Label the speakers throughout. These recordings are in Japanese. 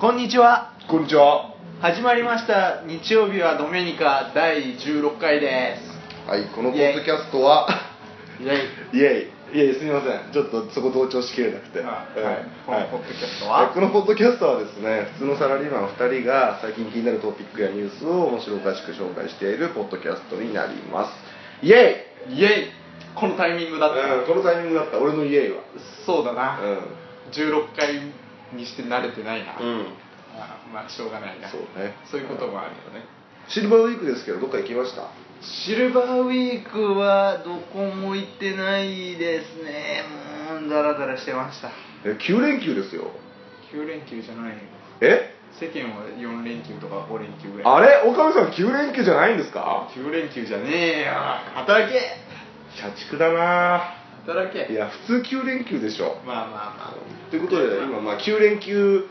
Speaker 1: こんにちは
Speaker 2: こんにちは。
Speaker 1: 始まりました日曜日はドメニカ第16回で
Speaker 2: はい、この
Speaker 1: イ
Speaker 2: ポ
Speaker 1: ェイ
Speaker 2: ッドキャストは、
Speaker 1: すイェイ
Speaker 2: イェイ、イェイ、すみません、ちょっとそこ同調しきれなくて、
Speaker 1: はい
Speaker 2: はい
Speaker 1: この
Speaker 2: はい
Speaker 1: ポッドキャストは
Speaker 2: はいこのポッドキャストはですね、普通のサラリーマン2人が最近気になるトピックやニュースを面白おかしく紹介しているポッドキャストになります。イェイ、
Speaker 1: イェイこのタイミングだった、
Speaker 2: うん、このタイミングだった、俺のイェイは。
Speaker 1: そうだな、
Speaker 2: う
Speaker 1: 16回にして慣れてないな、
Speaker 2: ん、うん、
Speaker 1: あまあしょうがないな
Speaker 2: そうね
Speaker 1: そういうこともあるよね、
Speaker 2: シルバーウィークですけど、どっか行きました
Speaker 1: シルバーウィークはどこも行ってないですねもうダラダラしてました
Speaker 2: え ?9 連休ですよ。
Speaker 1: 9連休じゃないよ
Speaker 2: え
Speaker 1: 世間は4連休とか5連休ぐらい
Speaker 2: あれ岡部さん9連休じゃないんですか
Speaker 1: 9連休じゃねえよ働け
Speaker 2: 社畜だな
Speaker 1: 働け
Speaker 2: いや普通9連休でしょ
Speaker 1: まあまあまあ
Speaker 2: ということで今まあ9連休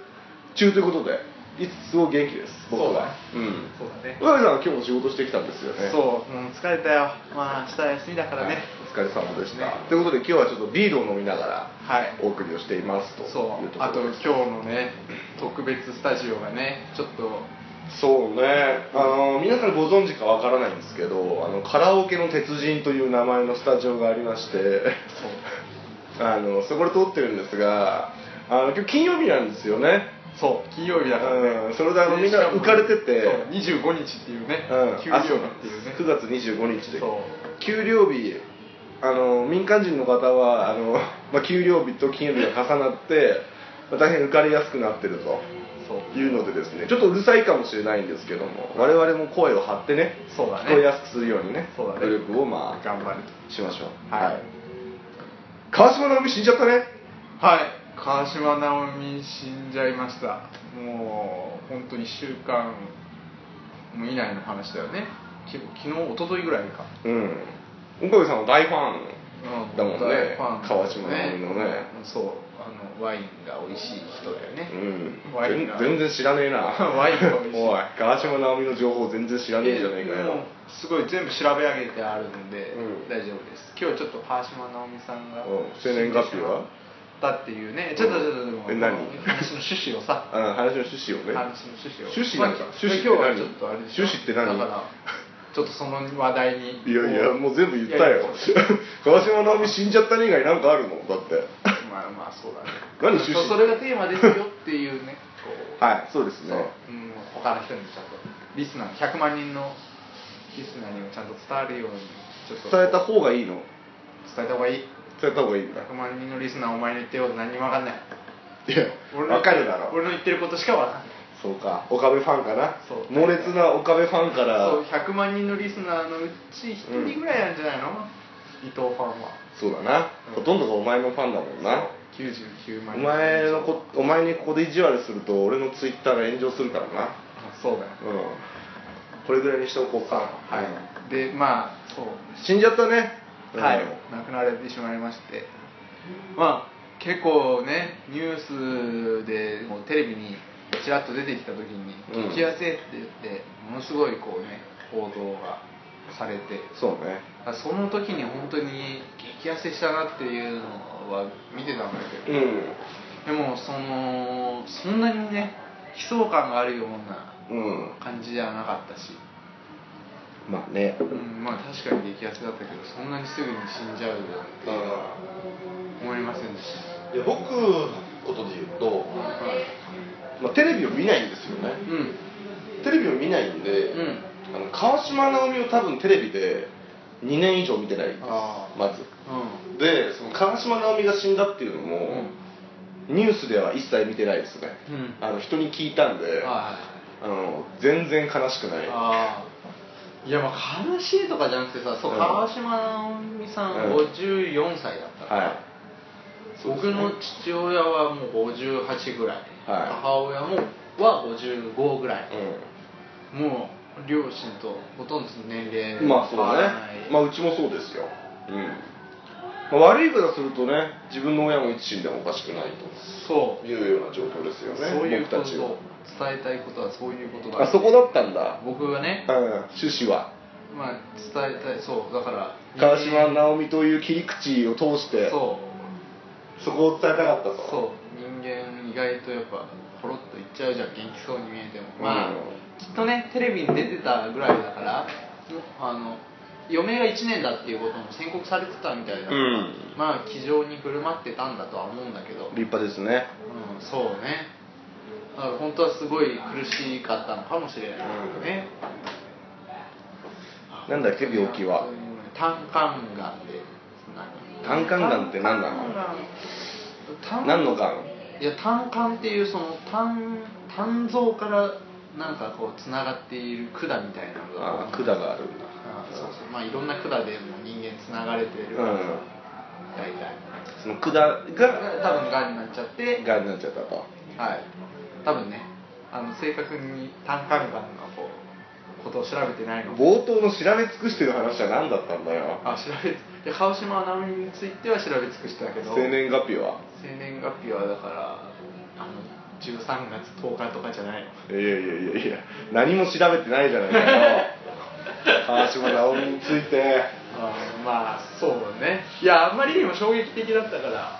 Speaker 2: 中ということでいつも元気です僕
Speaker 1: そうだ
Speaker 2: はうん
Speaker 1: そうだね
Speaker 2: 上部さんは今日も仕事してきたんですよね
Speaker 1: そうもう疲れたよまあ明日休みだから
Speaker 2: はい
Speaker 1: ね
Speaker 2: お疲れ様でした、
Speaker 1: ね
Speaker 2: ということで今日はちょっとビールを飲みながら
Speaker 1: はい
Speaker 2: お送りをしていますというと
Speaker 1: そ
Speaker 2: ころ
Speaker 1: う
Speaker 2: です
Speaker 1: あと今日のね特別スタジオがねちょっと
Speaker 2: そうねあの皆さんご存知かわからないんですけどあのカラオケの鉄人という名前のスタジオがありまして あのそこで撮ってるんですがあの今日金曜日なんですよね
Speaker 1: そうそう金曜日だからね、
Speaker 2: うんそれであのみんな浮かれてて
Speaker 1: そう25日っていうね、
Speaker 2: うん
Speaker 1: 給料日っていうね
Speaker 2: 9月25日という
Speaker 1: そ
Speaker 2: 給料日あの民間人の方はあの、まあ、給料日と金曜日が重なって、まあ大変浮かれやすくなってると
Speaker 1: そう
Speaker 2: いうのでですねちょっとうるさいかもしれないんですけども我々も声を張ってね
Speaker 1: そうだね
Speaker 2: 聞こえやすくするようにね
Speaker 1: そうだね
Speaker 2: 努力をまあ
Speaker 1: 頑張ると
Speaker 2: しましょう
Speaker 1: はい
Speaker 2: 川島直美死んじゃったね
Speaker 1: はい川島直美死んじゃいましたもう本当に1週間も以内の話だよねき昨日一昨日ぐらいか、
Speaker 2: うん岡部さんは大ファン
Speaker 1: うん
Speaker 2: だもん
Speaker 1: 大
Speaker 2: ね
Speaker 1: ファン
Speaker 2: 川島直美のね
Speaker 1: そうあのワインが美味しい人だよね、ワイン
Speaker 2: うん
Speaker 1: が
Speaker 2: 全然知らねえな
Speaker 1: ワインが美味しい
Speaker 2: おい川島直美の情報全然知らねえじゃねえかよ
Speaker 1: もうすごい全部調べ上げてあるんで、
Speaker 2: うん
Speaker 1: 大丈夫です今日ちょっと川島直美さんが
Speaker 2: うん生年月日は
Speaker 1: だっていうねちょっとちょっとでも、
Speaker 2: え何
Speaker 1: 話の趣旨をさ
Speaker 2: うん、話の趣旨をね
Speaker 1: 話の趣旨を
Speaker 2: 趣旨なんか
Speaker 1: まあ
Speaker 2: 趣旨って
Speaker 1: 今日は
Speaker 2: 何
Speaker 1: ちょっとあれでし
Speaker 2: 趣
Speaker 1: ょ
Speaker 2: 旨って何
Speaker 1: だからちょっとその話題に
Speaker 2: いやいやもう全部言った
Speaker 1: いやいや
Speaker 2: よ川島直美死んじゃったね以外なんかあるのだって
Speaker 1: まあまあそうだね
Speaker 2: 何趣旨
Speaker 1: そそれがテーマですよっていうねこ
Speaker 2: はいそうです
Speaker 1: うそう、うん、他の人にちゃんとリスナー100万人のリスナーにもちゃんと伝わるようにちょっと
Speaker 2: 伝えた方がいいの
Speaker 1: 伝えた方がいい
Speaker 2: 伝えた方がいいんだ
Speaker 1: 100万人のリスナーお前の言ってること何にも分かんない
Speaker 2: いや
Speaker 1: の
Speaker 2: 分かるだろ
Speaker 1: 俺の言ってることしか分かんない
Speaker 2: そうか岡部ファンかな
Speaker 1: そう
Speaker 2: 猛烈な岡部ファンから
Speaker 1: そう100万人のリスナーのうち1人ぐらいなんじゃないの、伊藤ファンは
Speaker 2: そうだな、
Speaker 1: うん
Speaker 2: ほとんどがお前のファンだもんな
Speaker 1: そう99万
Speaker 2: お
Speaker 1: 人
Speaker 2: 前のこお前にここで意地悪すると俺のツイッターが炎上するからな
Speaker 1: あそうだよ
Speaker 2: うんこれぐらいにしておこうか
Speaker 1: はい、
Speaker 2: うん
Speaker 1: でまあそう
Speaker 2: 死んじゃったね
Speaker 1: はい
Speaker 2: うん
Speaker 1: 亡くなられてしまいましてまあ結構ねニュースでもうテレビにちらっと出てきた時に「
Speaker 2: うん
Speaker 1: 激痩せ」って言ってものすごいこうね報道がされて
Speaker 2: そうね
Speaker 1: あその時に本当に激痩せしたなっていうのは見てたんだけど、でもそのそんなにね悲壮感があるような
Speaker 2: うんうん
Speaker 1: 感じじゃなかったし、
Speaker 2: まあね
Speaker 1: うん、まあ確かに激痩せだったけどそんなにすぐに死んじゃうなんて思いませんでした、
Speaker 2: いや僕のことで言うと、
Speaker 1: はい、
Speaker 2: まあ、テレビを見ないんですよ
Speaker 1: う
Speaker 2: ね
Speaker 1: ん
Speaker 2: テレビを見ないんで、
Speaker 1: うん
Speaker 2: あの川島直美を多分テレビで2年以上見てないです
Speaker 1: あー
Speaker 2: まず
Speaker 1: う
Speaker 2: でその川島直美が死んだっていうのも、
Speaker 1: ん
Speaker 2: ニュースでは一切見てないですね、
Speaker 1: うん
Speaker 2: あの人に聞いたんで、
Speaker 1: はい
Speaker 2: あの全然悲しくない
Speaker 1: ああいやまあ悲しいとかじゃなくてさそう、
Speaker 2: うん
Speaker 1: 川島直美さん
Speaker 2: うん
Speaker 1: 54歳だったから、
Speaker 2: はいそうです
Speaker 1: 僕
Speaker 2: ね
Speaker 1: の父親はもう58ぐらい、
Speaker 2: はい
Speaker 1: 母親もは55ぐらい、もう両親とほとんど年
Speaker 2: う
Speaker 1: 齢
Speaker 2: ん、まあそう
Speaker 1: 変わらな
Speaker 2: ね
Speaker 1: い
Speaker 2: まあうちもそうですよ、うんまあ、悪いからするとね自分の親も一死んでもおかしくない
Speaker 1: そう
Speaker 2: というような状況ですよね
Speaker 1: そういうこ
Speaker 2: 僕
Speaker 1: と
Speaker 2: たちは
Speaker 1: 伝えたいことはそういうことだ
Speaker 2: あそこだったんだ、
Speaker 1: 僕はね
Speaker 2: う、ん、趣旨は
Speaker 1: まあ、伝えたいそうだから
Speaker 2: 川島直美という切り口を通して
Speaker 1: そ
Speaker 2: そこを伝えたかった
Speaker 1: う
Speaker 2: と
Speaker 1: そう人間意外とやっぱポロッと生っちゃうじゃん元気そうに見えても
Speaker 2: うん
Speaker 1: まあ、きっとねテレビに出てたぐらいだからあの余命が1年だっていうことも宣告されてたみたいだから、
Speaker 2: うん
Speaker 1: まあ気丈に振る舞ってたんだとは思うんだけど、うん、
Speaker 2: 立派ですね
Speaker 1: そうねだから本当はすごい苦しかったのかもしれないけどね、
Speaker 2: なんだっけ病気は
Speaker 1: 胆管がんで
Speaker 2: 胆管がんって何なの
Speaker 1: 胆
Speaker 2: 何のがん
Speaker 1: いや胆管っていうその胆胆臓からなんかこうつながっている管みたいなのが
Speaker 2: ああ管があるんだ
Speaker 1: あそうそうまあいろんな管でも人間つながれてる、
Speaker 2: うん
Speaker 1: 大体
Speaker 2: その管が
Speaker 1: 多分がんになっちゃって
Speaker 2: がんになっちゃったと
Speaker 1: はい多分ねあの正確に胆管がんのこうことを調べてないので
Speaker 2: 冒頭の調べ尽くしてる話は何だったんだよ
Speaker 1: あ調べで川島アナウンについては調べ尽くしたけど
Speaker 2: 生年月日は
Speaker 1: 生年月日はだからあの13月10日とかじゃないの
Speaker 2: いやいやいやいや何も調べてないじゃないかよ川島直美について
Speaker 1: あーまあそうねいやあんまりにも衝撃的だったから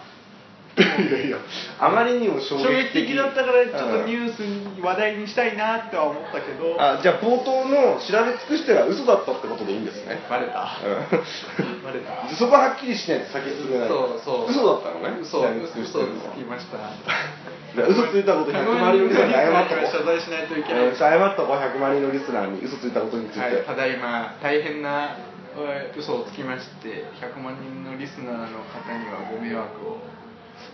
Speaker 2: いやいやあまりにも衝
Speaker 1: 衝
Speaker 2: 撃
Speaker 1: 撃的
Speaker 2: 的
Speaker 1: だったからちょっとニ
Speaker 2: ー
Speaker 1: ュースに話題にしたいなっては思ったけど
Speaker 2: あじゃあ冒頭の調べ尽くしては嘘だったってことでいいんですね
Speaker 1: バレた
Speaker 2: うん
Speaker 1: バレた
Speaker 2: そこははっきりしないと先進めない
Speaker 1: そうそう
Speaker 2: 嘘だったのね
Speaker 1: 嘘
Speaker 2: 調べ尽くし
Speaker 1: 嘘
Speaker 2: てる
Speaker 1: をつ
Speaker 2: のは
Speaker 1: きました
Speaker 2: じゃあ嘘ついたこと100万人ぐらいに謝っ
Speaker 1: 謝
Speaker 2: とこ
Speaker 1: 罪しないといけない
Speaker 2: うん謝っとこう100万人のリスナーに嘘ついたことについて、
Speaker 1: はい、ただいま大変なえー嘘をつきまして100万人のリスナーの方にはご迷惑を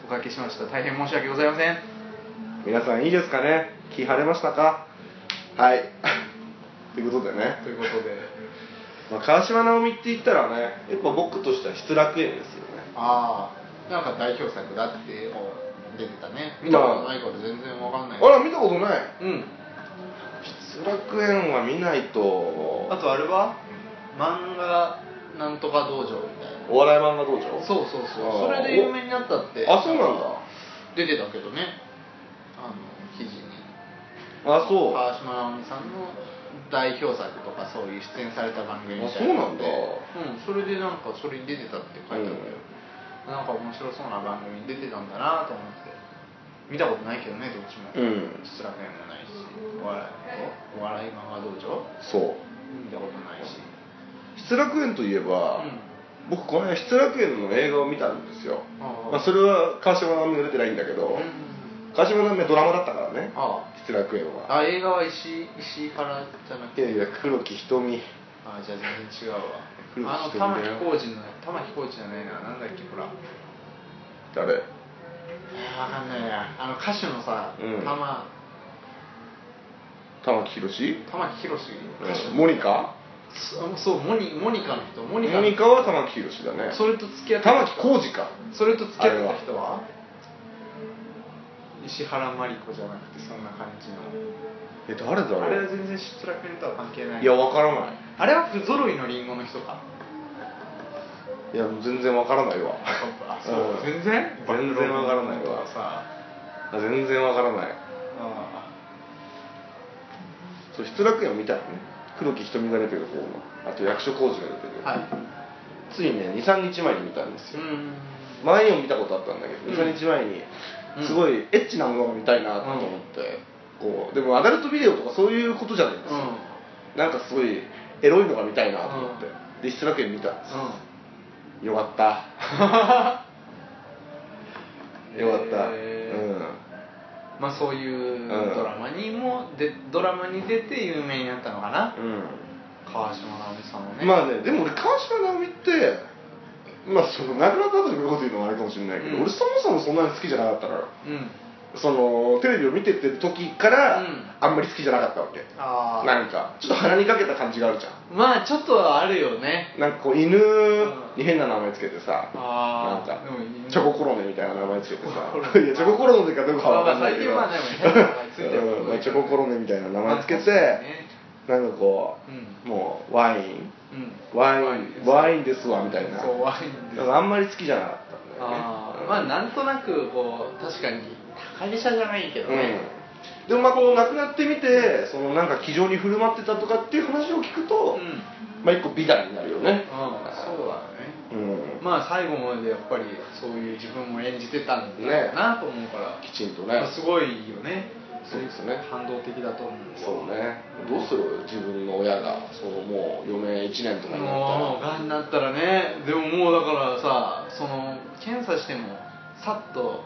Speaker 1: おかけしました大変申し訳ございません
Speaker 2: 皆さんいいですかね気晴れましたかはい ということでね、
Speaker 1: ということで
Speaker 2: まあ、川島直美って言ったらねやっぱ僕としては失楽園ですよね
Speaker 1: ああなんか代表作だってこう出てたね見たことないから全然わかんない
Speaker 2: あら見たことない
Speaker 1: うん
Speaker 2: 失楽園は見ないと
Speaker 1: あとあれは漫画なんとか道場みたいな
Speaker 2: お笑い漫画道場
Speaker 1: そうそうそうそ
Speaker 2: あー
Speaker 1: れで有名になったって
Speaker 2: あそうなんだ
Speaker 1: 出てたけどねあの記事に
Speaker 2: あそう
Speaker 1: 川島直美さんの代表作とかそういう出演された番組みたいなので
Speaker 2: あ
Speaker 1: うんそれでなんかそれに出てたって書いてあるよ、なんか面白そうな番組に出てたんだなと思って見たことないけどねどっちも
Speaker 2: うん
Speaker 1: 失楽園もないしお笑いお笑い漫画道場
Speaker 2: そう
Speaker 1: 見たことないし
Speaker 2: 失楽園といえば、僕この間失楽園の映画を見たんですよ
Speaker 1: ああ
Speaker 2: まあ、それは川島直美が出てないんだけど、
Speaker 1: うん
Speaker 2: 川島直美はドラマだったからね
Speaker 1: あ
Speaker 2: 失楽園
Speaker 1: あ
Speaker 2: は
Speaker 1: あ映画は石井石井からじゃなく
Speaker 2: い
Speaker 1: て
Speaker 2: やいや黒木瞳
Speaker 1: あじゃあ全然違うわ
Speaker 2: 黒
Speaker 1: あの
Speaker 2: 木瞳
Speaker 1: 玉
Speaker 2: だよ
Speaker 1: 置浩二の玉置浩二じゃないななんだっけほら
Speaker 2: 誰
Speaker 1: わかんないやあの歌手のさ、
Speaker 2: うん
Speaker 1: 玉
Speaker 2: 玉木宏
Speaker 1: 玉木宏歌手
Speaker 2: モニカ
Speaker 1: そそうモニモニカの人モ
Speaker 2: モ
Speaker 1: ニカの
Speaker 2: ニカは玉木宏だね
Speaker 1: それと付き合って
Speaker 2: 玉
Speaker 1: た
Speaker 2: 木
Speaker 1: 人
Speaker 2: 浩二か
Speaker 1: それと付き合ってた人は石原まり子じゃなくてそんな感じの
Speaker 2: え誰だ
Speaker 1: あれは
Speaker 2: ろ
Speaker 1: 全然失楽園とは関係ない
Speaker 2: ういやわからない
Speaker 1: あれは不揃いのリンゴの人 か
Speaker 2: いや全然わからないわ
Speaker 1: あそう、
Speaker 2: うん
Speaker 1: 全然
Speaker 2: 全然わからないわ
Speaker 1: さ
Speaker 2: あ全然わからない
Speaker 1: あ
Speaker 2: そう失楽園を見たらね黒木瞳が出てる方のあと役所広司が出てる、
Speaker 1: はい
Speaker 2: ついね23日前に見たんです
Speaker 1: う
Speaker 2: よ、
Speaker 1: ん
Speaker 2: 前にも見たことあったんだけど、
Speaker 1: うん
Speaker 2: 23日前に
Speaker 1: うん
Speaker 2: すごいエッチなものが見たいなと思って、こうでもアダルトビデオとかそういうことじゃないんです
Speaker 1: うんう
Speaker 2: よ、
Speaker 1: ん
Speaker 2: なんかすごいエロいのが見たいなと思って、で失楽園見たんです よかったよかった、
Speaker 1: へーまあそういう
Speaker 2: うん
Speaker 1: ドラマにもでドラマに出て有名になったのかな
Speaker 2: うん、
Speaker 1: 川島直美さんも
Speaker 2: う
Speaker 1: ね
Speaker 2: ん、まあねでも俺川島直美ってまあその亡くなった後にこういうこと言うのもあれかもしれないけど、
Speaker 1: うん
Speaker 2: 俺そもそもそんなに好きじゃなかったから
Speaker 1: うん
Speaker 2: そのテレビを見てて時から、
Speaker 1: うん
Speaker 2: あんまり好きじゃなかったわけ
Speaker 1: ああ
Speaker 2: なんかちょっと鼻にかけた感じがあるじゃん
Speaker 1: まあちょっとはあるよね
Speaker 2: なんかこう犬
Speaker 1: ん
Speaker 2: に変な名前つけてさな
Speaker 1: あ
Speaker 2: ん
Speaker 1: ー
Speaker 2: か
Speaker 1: でも犬
Speaker 2: チョココロネみたいな名前つけてさ
Speaker 1: コロネ
Speaker 2: いやチョココロネかどうかは分かんないけど
Speaker 1: まあまあ最近はでも変な名前ついてる
Speaker 2: うんまあチョココロネみたいな名前つけて、
Speaker 1: まあそうね
Speaker 2: なんかこう、
Speaker 1: う
Speaker 2: もうワイン
Speaker 1: うん
Speaker 2: ワインワインですわみたいな
Speaker 1: そうワインです
Speaker 2: なんかあんまり好きじゃなかったんだよね
Speaker 1: あ
Speaker 2: う
Speaker 1: あ
Speaker 2: ん
Speaker 1: まあなんとなくこう確かに高飛車じゃないけどね
Speaker 2: うん、でもまあこう亡くなってみてそのなんか気丈に振る舞ってたとかっていう話を聞く
Speaker 1: う
Speaker 2: と、
Speaker 1: ん
Speaker 2: まあ一個美談になるよね
Speaker 1: うんそうだね
Speaker 2: うん
Speaker 1: まあ最後までやっぱりそういう自分も演じてたんだろうなと思うから、
Speaker 2: きちんとね
Speaker 1: すごいよね
Speaker 2: そうですね
Speaker 3: 反動的だと思うんです
Speaker 2: そうねどうする自分の親がそのもう余命1年とかにな
Speaker 1: も
Speaker 2: った
Speaker 1: う
Speaker 2: ら
Speaker 1: がんになったらねでももうだからさその検査してもさっと、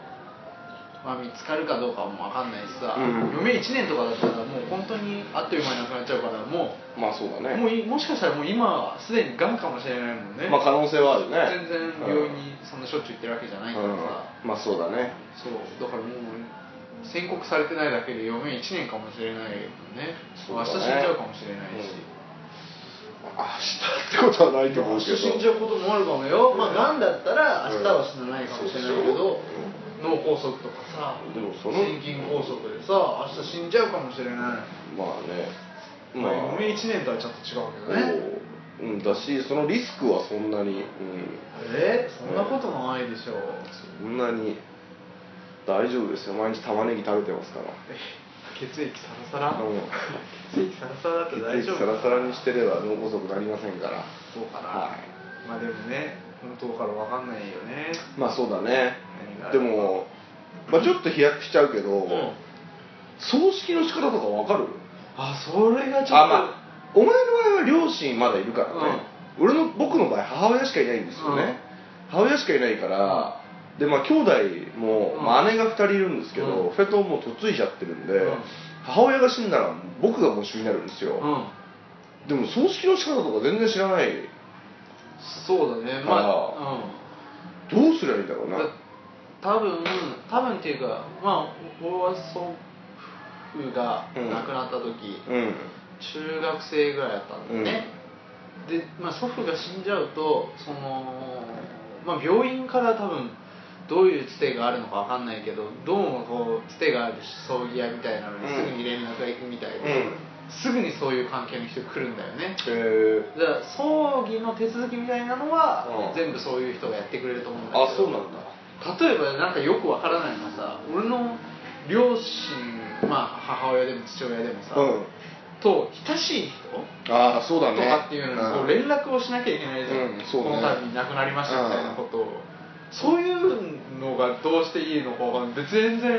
Speaker 1: まあ、見つかるかどうかもわかんないしさ、
Speaker 2: うん
Speaker 1: 余命1年とかだったらもう本当にあっという間になくなっちゃうからも
Speaker 2: まあそう
Speaker 1: う
Speaker 2: だね
Speaker 1: もういもしかしたらもう今はすでにがんかもしれないもんね、
Speaker 2: まあ可能性はあるね
Speaker 1: 全然病院にそんなしょっちゅう行ってるわけじゃないから
Speaker 2: うん
Speaker 1: さ、
Speaker 2: まあそうだね
Speaker 1: そうだからもう宣告されてないだけで余命1年かもしれないもんね
Speaker 2: そう
Speaker 1: 明
Speaker 2: だ
Speaker 1: 日死ん
Speaker 2: ね
Speaker 1: じゃうかもしれないし、
Speaker 2: 明日ってことはないと思うけど
Speaker 1: 死んじゃうこともあるかもよ、まあ、がんだったら
Speaker 2: うん
Speaker 1: 明日は死なないかもしれないけど、脳梗塞とかさ
Speaker 2: でもその
Speaker 1: 心筋梗塞でさ明日死んじゃうかもしれない、
Speaker 2: まあね
Speaker 1: まあ、余命1年とはちょっと違うけどね
Speaker 2: そううん、だしそのリスクはそんなに、うん、
Speaker 1: えー、そんなこともないでしょう、
Speaker 2: そんなに大丈夫ですよ毎日玉ねぎ食べてますから
Speaker 1: え血液サラサラ、
Speaker 2: うん
Speaker 1: 血液サラサラだって大
Speaker 2: 血
Speaker 1: 丈夫
Speaker 2: 液サラサラにしてれば脳梗塞なりませんから
Speaker 1: そうかな、
Speaker 2: はい
Speaker 1: まあでもね本当から分かんないよね
Speaker 2: まあそうだね
Speaker 1: 何があ
Speaker 2: で
Speaker 1: る
Speaker 2: も、まあ、ちょっと飛躍しちゃうけど、
Speaker 1: ん
Speaker 2: 葬式の仕方とかわかる
Speaker 1: あそれがちょっと
Speaker 2: あまあお前の場合は両親まだいるからね、俺の僕の場合母親しかいないんですよね、母親しかいないから、でまあ兄弟も、
Speaker 1: うん
Speaker 2: まあ、姉が2人いるんですけど、
Speaker 1: うん
Speaker 2: 2人とももう嫁いじゃってるんで、
Speaker 1: うん
Speaker 2: 母親が死んだら僕が喪主になるんですよ、
Speaker 1: うん
Speaker 2: でも葬式の仕方とか全然知らない
Speaker 1: そうだねま
Speaker 2: あ
Speaker 1: あうん
Speaker 2: どうすりゃいいんだろうな
Speaker 1: 多分多分っていうかまあ俺は祖父が亡くなった時、
Speaker 2: うん
Speaker 1: 中学生ぐらいだったんだよね、で、まあ、祖父が死んじゃうとその、まあ、病院から多分どういうつてがあるのかわかんないけどどうもこうつてがある葬儀屋みたいなのに
Speaker 2: うん
Speaker 1: すぐに連絡が行くみたいで、
Speaker 2: うん
Speaker 1: すぐにそういう関係の人来るんだよね
Speaker 2: えー、
Speaker 1: だから葬儀の手続きみたいなのは、
Speaker 2: うん
Speaker 1: 全部そういう人がやってくれると思うんだけど
Speaker 2: あそうなんだ
Speaker 1: 例えばなんかよくわからないのはさ俺の両親まあ母親でも父親でもさ、
Speaker 2: うん
Speaker 1: と親しい人
Speaker 2: ああそうだ
Speaker 1: と
Speaker 2: ね
Speaker 1: かっていうのに
Speaker 2: ん
Speaker 1: こう連絡をしなきゃいけないじゃん、
Speaker 2: うんそう
Speaker 1: こ
Speaker 2: ね
Speaker 1: の度亡くなりましたみたいなことを、そういうのがどうしていいのかわかんない別に全然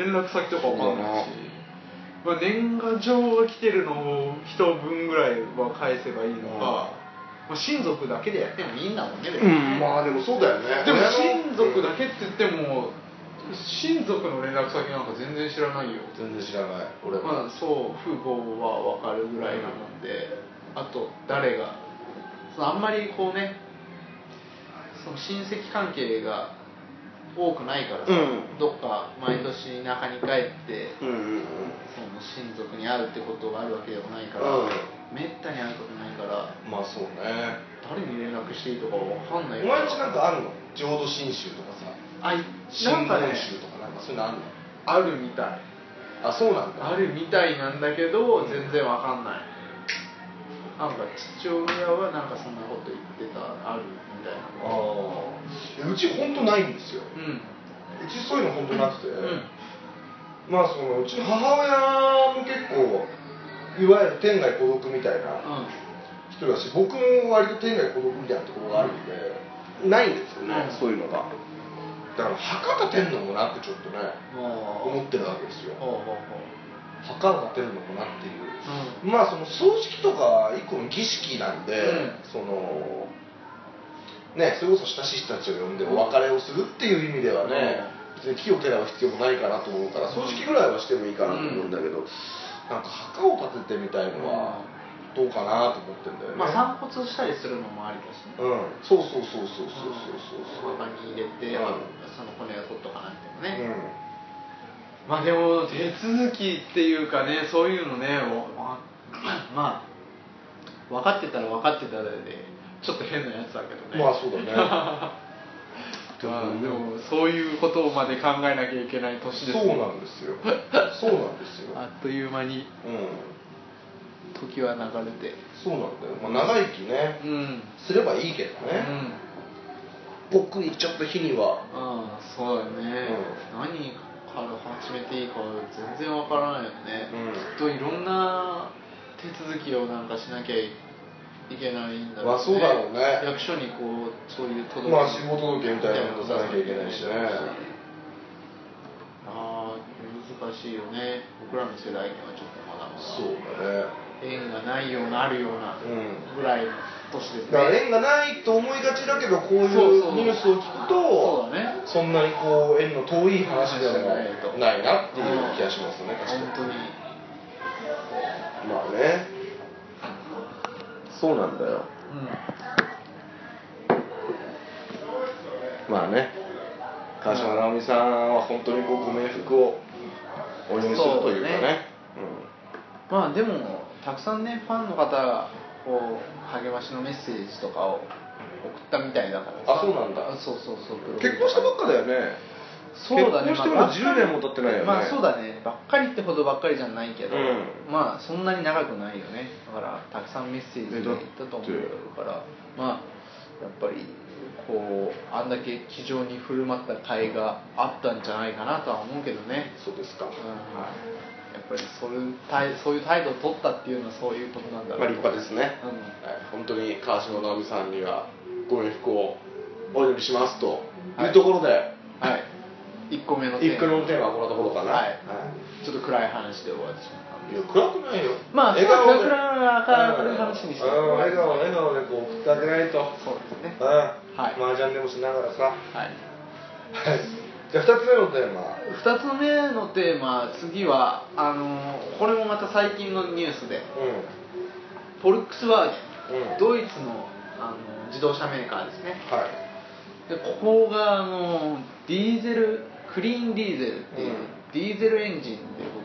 Speaker 1: 連絡先とかわかんないし、まあ、年賀状が来てるのを人分ぐらいは返せばいいのか、
Speaker 2: うん
Speaker 1: まあ、親族だけでやってもいいんだもんね別
Speaker 2: う
Speaker 1: にね
Speaker 2: んまあでもそうだよね
Speaker 1: でも
Speaker 2: 親の
Speaker 1: 親族だけって言っても親族の連絡先なんか全然知らないよ
Speaker 2: 全然知らない俺も
Speaker 1: まあそう父母は分かるぐらいなもんであと誰がそのあんまりこうねその親戚関係が多くないからさ、
Speaker 2: うん
Speaker 1: どっか毎年田舎に帰って
Speaker 2: うんうんうん
Speaker 1: その親族に会うってことがあるわけでもないから、
Speaker 2: うん
Speaker 1: めったに会うことないから
Speaker 2: まあそうね
Speaker 1: 誰に連絡していいとか分かん
Speaker 2: お
Speaker 1: ない
Speaker 2: 前
Speaker 1: から
Speaker 2: んちなんかあるの浄土真宗とかさ
Speaker 1: あい
Speaker 2: 真
Speaker 1: なんか
Speaker 2: 言
Speaker 1: ね
Speaker 2: 宗とかなんかそういうのあるの
Speaker 1: あるみたい
Speaker 2: あそうなん
Speaker 1: あ
Speaker 2: だ
Speaker 1: るみたいなんだけど全然わかんないなんか父親はなんかそんなこと言ってたあるみたい
Speaker 2: あ
Speaker 1: な
Speaker 2: あうち本当ないんですよ
Speaker 1: うん
Speaker 2: うちそういうの本当なくて、
Speaker 1: うん
Speaker 2: まあそのうちの母親も結構いわゆる天涯孤独みたいな人だし僕も割と天涯孤独みたいなところがあるんで、ないんですよね、
Speaker 1: うん
Speaker 2: そういうのがだから墓建てんのもなってちょっとね
Speaker 1: うんもう
Speaker 2: 思ってるわけですよ
Speaker 1: ほうほうほう
Speaker 2: 墓を建てるのかなっていう
Speaker 1: う
Speaker 2: まあその葬式とか一個の儀式なん
Speaker 1: う
Speaker 2: で、
Speaker 1: ん
Speaker 2: そのねそれこそ親しい人たちを呼んでお別れをするっていう意味ではね、別に木を手合う必要もないかなと思うから葬式ぐらいはしてもいいかなと思うんだけど、なんか墓を建ててみたいのはどうかなと思ってんだよね、
Speaker 1: まあ散骨したりするのもありだしね
Speaker 2: うんそうそうそうそうそうそうそう
Speaker 1: 墓に入れて
Speaker 2: うん
Speaker 1: その骨を取っとかなくてもね、
Speaker 2: うん
Speaker 1: まあでも手続きっていうかねそういうのねおまあまあ分かってたら分かってたらでちょっと変なやつだけどね
Speaker 2: まあそうだ ね
Speaker 1: まあでもそういうことまで考えなきゃいけない年です
Speaker 2: そうなんですよそうなんですよ
Speaker 1: あっという間に
Speaker 2: うん
Speaker 1: 時は流れて
Speaker 2: そうなんだよ、まあ、長生きね
Speaker 1: うんうん
Speaker 2: すればいいけど
Speaker 1: う
Speaker 2: ね、
Speaker 1: ん
Speaker 2: 僕行っちゃった日には
Speaker 1: ああそうだよね、何から始めていいか全然わからないよね、
Speaker 2: うん
Speaker 1: きっといろんな手続きをなんかしなきゃいけないんだろうね、
Speaker 2: まあそうだろうね
Speaker 1: 役所にこうそういう届
Speaker 2: まあ仕事届けみたいなの出さなきゃいけないしね
Speaker 1: ああ難ししいよね僕らの世代にはちょっとまだまだ
Speaker 2: そうだね
Speaker 1: 縁がないようなあるような
Speaker 2: うん
Speaker 1: ぐらいの年ですね
Speaker 2: だから縁がないと思いがちだけどこうい
Speaker 1: そうそう
Speaker 2: うニュースを聞くと
Speaker 1: そうだね
Speaker 2: そんなにこう縁の遠い話ではないなっていう気がしますね確かに
Speaker 1: 本当に
Speaker 2: まあねそうなんだよまあね川島直美さんは本当にこうご冥福をお祈りするというかね
Speaker 1: まあでもたくさんねファンの方がこう励ましのメッセージとかを送ったみたいだからさ
Speaker 2: あそうなんだ
Speaker 1: そうそうそう
Speaker 2: うん結婚したばっかだよね
Speaker 1: そうだね
Speaker 2: 結婚して
Speaker 1: まあ
Speaker 2: まだ10年も経ってないよね
Speaker 1: まあそうだねばっかりってほどばっかりじゃないけど、
Speaker 2: うん
Speaker 1: まあそんなに長くないよねだからたくさんメッセージ
Speaker 2: え
Speaker 1: が
Speaker 2: だ
Speaker 1: い
Speaker 2: っ
Speaker 1: ってたと思うからまあやっぱりこうあんだけ気丈に振る舞った甲斐があったんじゃないかなとは思うけどね
Speaker 2: そうですか、
Speaker 1: うん
Speaker 2: は
Speaker 1: やっぱりそういう態そういう態度を取ったっていうのはそういうことなん
Speaker 2: い
Speaker 1: だ
Speaker 2: まあ
Speaker 1: ろう
Speaker 2: 立派ですね、
Speaker 1: うん
Speaker 2: はい本当に川島直美さんにはご冥福をお祈りしますと
Speaker 1: はい
Speaker 2: いうところで、
Speaker 1: はい1個目の
Speaker 2: 一個目のテーマはこのところかな、
Speaker 1: はいちょっと暗い話で終わってしまった
Speaker 2: い、いや暗くないよ
Speaker 1: まあ
Speaker 2: 笑顔で
Speaker 1: そうだ暗く明るい話にして
Speaker 2: うん笑顔笑顔でこう送ってあげないと
Speaker 1: そうですね
Speaker 2: うん
Speaker 1: はい
Speaker 2: 麻雀でもしながらさ
Speaker 1: はい
Speaker 2: はいじゃあ2つ目のテーマ
Speaker 1: 2つ目のテーマ次はあのーこれもまた最近のニュースで
Speaker 2: う
Speaker 1: フォルクスワーゲ
Speaker 2: う
Speaker 1: ン
Speaker 2: ん
Speaker 1: ドイツのあの自動車メーカーですね
Speaker 2: んはい
Speaker 1: でここがあのディーゼルクリーンディーゼルっていう、
Speaker 2: うん
Speaker 1: ディーゼルエンジンって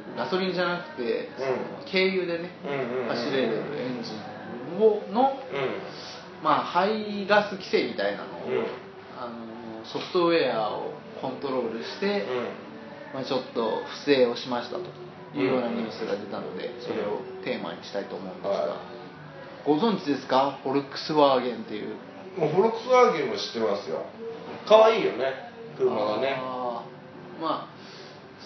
Speaker 1: 僕ガソリンじゃなくて、その軽油でね、
Speaker 2: うんうんうん
Speaker 1: 走れるエンジンをの、
Speaker 2: う
Speaker 1: まあ、排ガス規制みたいなのを、
Speaker 2: うん
Speaker 1: あのソフトウェアをコントロールして、
Speaker 2: んうん
Speaker 1: まあ、ちょっと不正をしましたというようなニュースが出たので、それをテーマにしたいと思うんですが、
Speaker 2: は
Speaker 1: ご存知ですかフォルクスワーゲンっていう
Speaker 2: もうフォルクスワーゲンも知ってますよ可愛いよね車がね
Speaker 1: あーまあ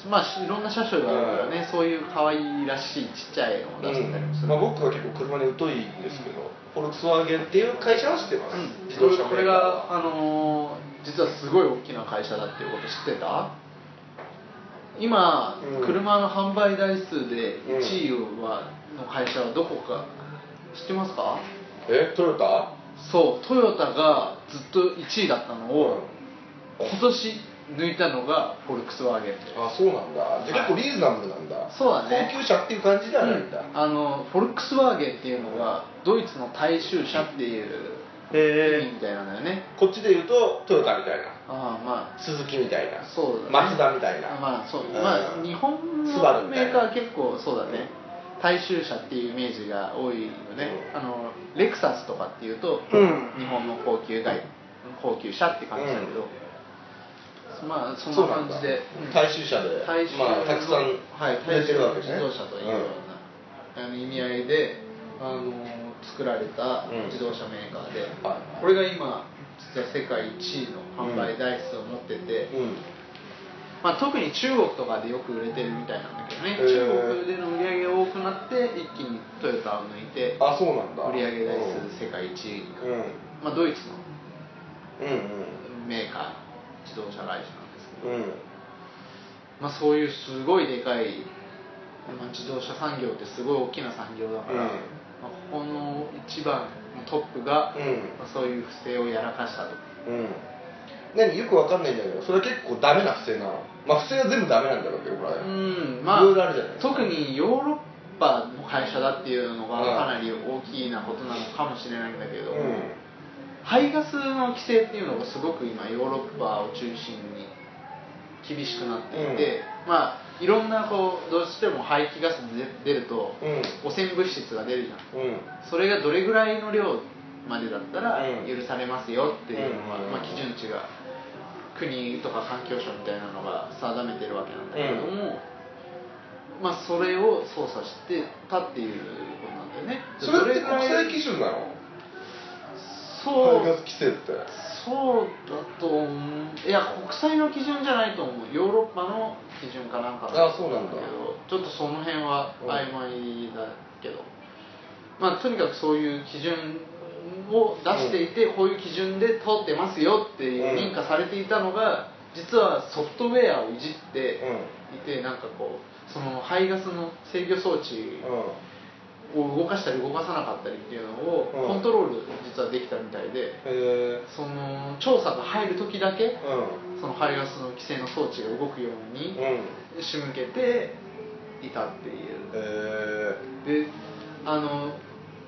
Speaker 1: まあいろんな車種があるからね、そういう可愛いらしいちっちゃいのを
Speaker 2: う
Speaker 1: 出してたりもす
Speaker 2: ん
Speaker 1: る、
Speaker 2: まあ、僕は結構車に疎いんですけど、フォルクスワーゲンっていう会社は知ってます、
Speaker 1: うん
Speaker 2: 自動車
Speaker 1: これが、あのー実はすごい大きな会社だっていうこと知ってた今、
Speaker 2: うん
Speaker 1: 車の販売台数で
Speaker 2: うん
Speaker 1: 1位は、の会社はどこか知ってますか
Speaker 2: えトヨタ
Speaker 1: そうトヨタがずっと1位だったのを、今年抜いたのがフォルクスワーゲンです
Speaker 2: あそうなんだじゃあ結構リーズナブルなんだ、
Speaker 1: そうだね
Speaker 2: 高級車っていう感じではないんだ、
Speaker 1: うんあのフォルクスワーゲンっていうのがドイツの大衆車っていう意味みたいなんだよね、
Speaker 2: こっちで言うとトヨタみたいな
Speaker 1: ああまあ
Speaker 2: 鈴木みたいな
Speaker 1: そうだね
Speaker 2: マツダみたいな
Speaker 1: まあそう、
Speaker 2: ん
Speaker 1: まあ日本
Speaker 2: スバル
Speaker 1: の
Speaker 2: み
Speaker 1: メ
Speaker 2: たい
Speaker 1: ー
Speaker 2: な
Speaker 1: カーは結構そうだね大衆車っていうイメージが多いよね、
Speaker 2: う
Speaker 1: あ
Speaker 2: ん
Speaker 1: のレクサスとかっていうと、
Speaker 2: うん
Speaker 1: 日本の高級外高級車って感じだけど、まあそんな感じで
Speaker 2: そううんなんだ大衆車で
Speaker 1: 大衆
Speaker 2: まあ、たくさん
Speaker 1: はい、
Speaker 2: 出てるわけね
Speaker 1: 自動車というような、あの意味合いで、あの作られた
Speaker 2: うん
Speaker 1: 自動車メーカーで、
Speaker 2: はい
Speaker 1: これが今実は世界1位の販売台数を持ってて、
Speaker 2: うんうん
Speaker 1: まあ、特に中国とかでよく売れてるみたいなんだけどね、
Speaker 2: へー
Speaker 1: 中国での売り上げが多くなって一気にトヨタを抜いて
Speaker 2: あそうなんだ
Speaker 1: 売り上げ台
Speaker 2: うん
Speaker 1: 数世界1位にな
Speaker 2: うん
Speaker 1: る、まあ、ドイツの
Speaker 2: うん
Speaker 1: メーカー自動車会社なんですけど
Speaker 2: うんうん
Speaker 1: まあ、そういうすごいでかい、まあ、自動車産業ってすごい大きな産業だから、
Speaker 2: うん
Speaker 1: まあ、ここの一番のトップが、
Speaker 2: うん
Speaker 1: まあ、そういう不正をやらかしたと
Speaker 2: うん何よくわかんないんだけどそれは結構ダメな不正なのまあ不正は全部ダメなんだろうけどこれ
Speaker 1: うんまあ
Speaker 2: いろいろあるじゃないですか
Speaker 1: 特にヨーロッパの会社だっていうのが
Speaker 2: うん
Speaker 1: かなり大きなことなのかもしれないんだけど、
Speaker 2: うん
Speaker 1: 排ガスの規制っていうのがすごく今ヨーロッパを中心に厳しくなっていて、まあいろんなこうどうしても排気ガスで出ると、
Speaker 2: う
Speaker 1: 汚染物質が出るじゃん
Speaker 2: うん
Speaker 1: それがどれぐらいの量までだったら
Speaker 2: うん
Speaker 1: 許されますよっていうのは、
Speaker 2: うん
Speaker 1: まあ、基準値が国とか環境省みたいなのが定めてるわけなんだけれども、まあ、それを操作してたっていうことなんだよね
Speaker 2: それって
Speaker 1: どぐら
Speaker 2: 国
Speaker 1: い
Speaker 2: 際基準なの
Speaker 1: そう
Speaker 2: 排ガス規制って
Speaker 1: そうだと思ういや国際の基準じゃないと思うヨーロッパの基準かなんか
Speaker 2: あそうなんだ
Speaker 1: けどちょっとその辺は
Speaker 2: うん
Speaker 1: 曖昧だけど、まあとにかくそういう基準を出していて、こういう基準で通ってますよっていう認可されていたのが、実はソフトウェアをいじっていて、なんかこうその排ガスの制御装置
Speaker 2: う
Speaker 1: を動かしたり動かさなかったりっていうのを
Speaker 2: うん
Speaker 1: コントロール実はできたみたいで
Speaker 2: んへえ
Speaker 1: その調査が入る時だけ
Speaker 2: う
Speaker 1: その排ガスの規制の装置が動くように
Speaker 2: んうん
Speaker 1: 仕向けていたっていう
Speaker 2: へ
Speaker 1: であの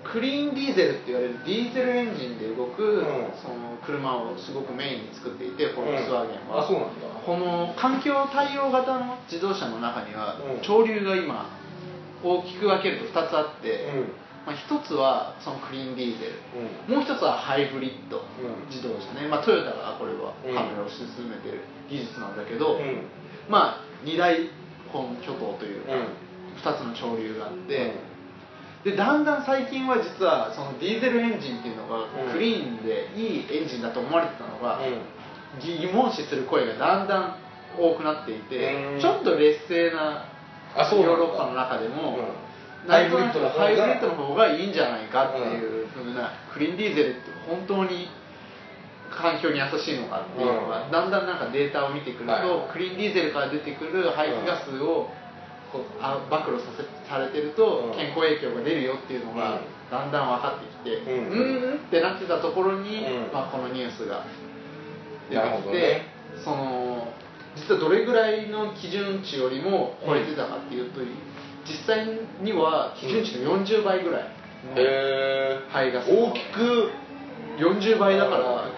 Speaker 1: クリーンディーゼルって言われるディーゼルエンジンで動く、
Speaker 2: うん
Speaker 1: その車をすごくメインに作っていて
Speaker 2: え
Speaker 1: フォルクスワーゲンは、
Speaker 2: あそうなんだ
Speaker 1: この環境対応型の自動車の中には、
Speaker 2: うん
Speaker 1: 潮流が今大きく分けると2つあって、
Speaker 2: うん
Speaker 1: まあ、1つはそのクリーンディーゼル、
Speaker 2: う
Speaker 1: もう一つはハイブリッド
Speaker 2: うん
Speaker 1: 自動車ね、まあ、トヨタがこれは
Speaker 2: うん
Speaker 1: カメラを進めてる技術なんだけど、
Speaker 2: うん
Speaker 1: まあ二大本巨頭というか、
Speaker 2: うん
Speaker 1: 二つの潮流があって、でだんだん最近は実はそのディーゼルエンジンっていうのが
Speaker 2: うん
Speaker 1: クリーンでいいエンジンだと思われてたのが、
Speaker 2: うん
Speaker 1: 疑問視する声がだんだん多くなっていて、
Speaker 2: うん
Speaker 1: ちょっと劣勢なヨ
Speaker 2: あそう
Speaker 1: ー
Speaker 2: なんだ
Speaker 1: ロッパの中でも、
Speaker 2: うん
Speaker 1: なんとなくハ
Speaker 2: ハ
Speaker 1: イ
Speaker 2: イ
Speaker 1: ブ
Speaker 2: ブ
Speaker 1: リ
Speaker 2: リ
Speaker 1: ッ
Speaker 2: ッ
Speaker 1: ド
Speaker 2: ド
Speaker 1: の
Speaker 2: の
Speaker 1: 方がいいんじゃないかっていうふうな、クリーンディーゼルって本当に環境に優しいのかっていうのが、
Speaker 2: うん
Speaker 1: だんだんなんかデータを見てくると、
Speaker 2: はい
Speaker 1: クリーンディーゼルから出てくる排気ガスをこうあ暴露させされてると
Speaker 2: うん
Speaker 1: 健康影響が出るよっていうの
Speaker 2: う
Speaker 1: が
Speaker 2: ん
Speaker 1: だんだん分かってきて、
Speaker 2: うん
Speaker 1: ーんってなってたところに、
Speaker 2: うん
Speaker 1: まあ、このニュースが出
Speaker 2: なる
Speaker 1: てき
Speaker 2: ほ
Speaker 1: て、
Speaker 2: どね
Speaker 1: その実はどれぐらいの基準値よりも超えてたかっていうと、実際には基準値の40倍ぐらい、
Speaker 2: へえ
Speaker 1: 排ガス
Speaker 2: 大きく
Speaker 1: 40倍だから、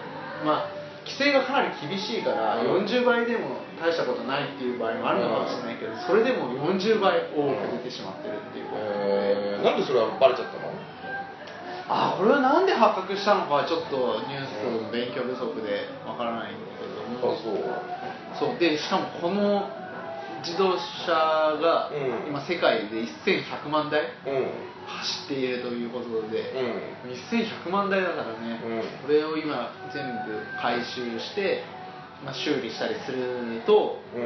Speaker 1: まあ規制がかなり厳しいから、
Speaker 2: うん
Speaker 1: 40倍でも大したことないっていう場合もあるのかもしれないけど、それでも40倍多く出てしまってるっていうことなので、
Speaker 2: えーなんでそれはバレちゃったの
Speaker 1: あこれはなんで発覚したのかはちょっとニュースの勉強不足でわからないんだけども、
Speaker 2: あそ
Speaker 1: そ
Speaker 2: う
Speaker 1: うでしかもこの自動車が
Speaker 2: うん
Speaker 1: 今世界で1100万台
Speaker 2: うん
Speaker 1: 走っているということで、
Speaker 2: うん
Speaker 1: 1100万台だからね、
Speaker 2: うん
Speaker 1: これを今全部回収して、まあ、修理したりすると
Speaker 2: う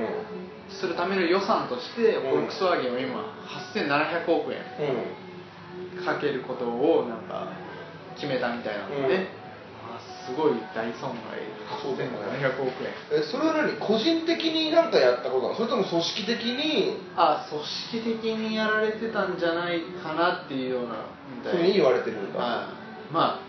Speaker 2: ん
Speaker 1: するための予算として
Speaker 2: うん
Speaker 1: フォルクスワーゲンは今8700億円
Speaker 2: うん
Speaker 1: かけることをなんか決めたみたいなので、
Speaker 2: うん
Speaker 1: まあすごい大損害
Speaker 2: そうだね
Speaker 1: 8700億円
Speaker 2: えそれは何個人的に何かやったことなのそれとも組織的に
Speaker 1: あ組織的にやられてたんじゃないかなっていうようなみた
Speaker 2: ふうに
Speaker 1: い
Speaker 2: 言
Speaker 1: な
Speaker 2: われてるんだ、
Speaker 1: はいまあ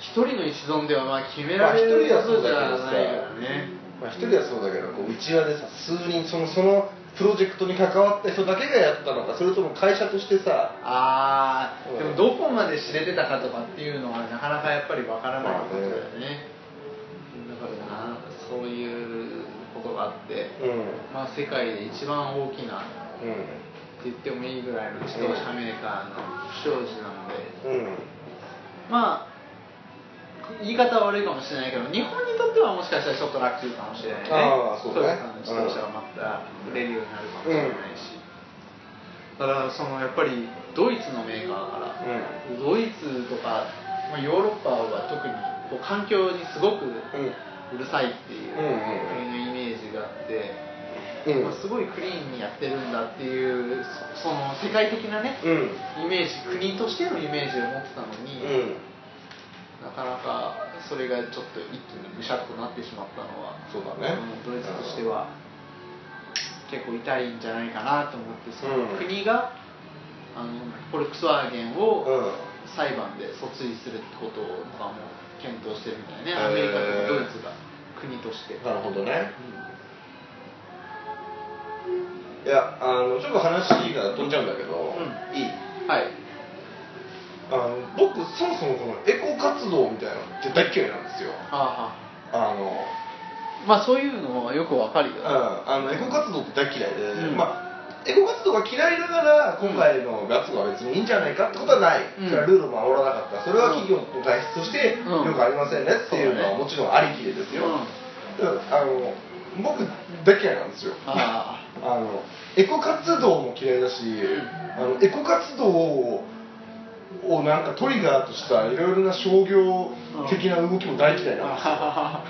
Speaker 1: 一人の一存ではまあ決められ
Speaker 2: まあ一
Speaker 1: る
Speaker 2: 人は
Speaker 1: こ
Speaker 2: そ
Speaker 1: と
Speaker 2: う
Speaker 1: じ
Speaker 2: だ
Speaker 1: ゃな
Speaker 2: けど
Speaker 1: い
Speaker 2: さ
Speaker 1: からね
Speaker 2: まあ、一人はそうだけどこう内輪でさ数人そのそのプロジェクトに関わった人だけがやったのかそれとも会社としてさ
Speaker 1: ああ
Speaker 2: うん
Speaker 1: でもどこまで知れてたかとかっていうのはなかなかやっぱりわからないことだよねだからなそういうことがあって
Speaker 2: うんうん
Speaker 1: まあ世界で一番大きなって言ってもいいぐらいの自動車メーカーの不祥事なので
Speaker 2: うん
Speaker 1: まあ言い方は悪いかもしれないけど日本にとってはもしかしたらちょっとラッキーかもしれないね
Speaker 2: ああそうだね
Speaker 1: トヨタの自動車がまた売れるようになるかもしれないし、だからそのやっぱりドイツのメーカーから、ドイツとか、まあ、ヨーロッパは特にこう環境にすごく
Speaker 2: うん
Speaker 1: うるさいっていう
Speaker 2: う
Speaker 1: 国
Speaker 2: んうん
Speaker 1: のイメージがあって。
Speaker 2: うん
Speaker 1: まあ、すごいクリーンにやってるんだっていうそその世界的なね、イ
Speaker 2: うん
Speaker 1: メージ国としてのイメージを持ってたのに、
Speaker 2: うん
Speaker 1: なかなかそれがちょっと一気にぐしゃっとなってしまったのは
Speaker 2: そうだね
Speaker 1: うんドイツとしては結構痛いんじゃないかなと思ってその
Speaker 2: うん
Speaker 1: 国が、あのフォルクスワーゲンを
Speaker 2: うん
Speaker 1: 裁判で訴追するってこととかも検討してるみたいね、
Speaker 2: へ
Speaker 1: ア
Speaker 2: ー
Speaker 1: メリカとドイツが国として、
Speaker 2: なるほどね
Speaker 1: う
Speaker 2: いやあのちょっと話が飛んじゃうんだけど、
Speaker 1: う
Speaker 2: いい
Speaker 1: んはい
Speaker 2: あの僕そもそもこのエコ活動みたいなの絶対嫌いなんですよ
Speaker 1: はあは
Speaker 2: あの
Speaker 1: あまあそういうのはよくわかるよ、
Speaker 2: うんあのエコ活動って大嫌いで、
Speaker 1: うん
Speaker 2: まあエコ活動が嫌いながら今回のガツは別にいいんじゃないかってことはない、
Speaker 1: うん
Speaker 2: それはルールを守らなかったそれは企業の体質として
Speaker 1: うん
Speaker 2: よくありませんねっていうのは
Speaker 1: そうだね
Speaker 2: もちろんありきでです
Speaker 1: う
Speaker 2: よ、
Speaker 1: ん
Speaker 2: だからあの僕大嫌いなんですよ
Speaker 1: ああ
Speaker 2: あのエコ活動も嫌いだし、あのエコ活動ををなんかトリガーとしたいろいろな商業的な動きも大嫌いなんですよ、
Speaker 1: あ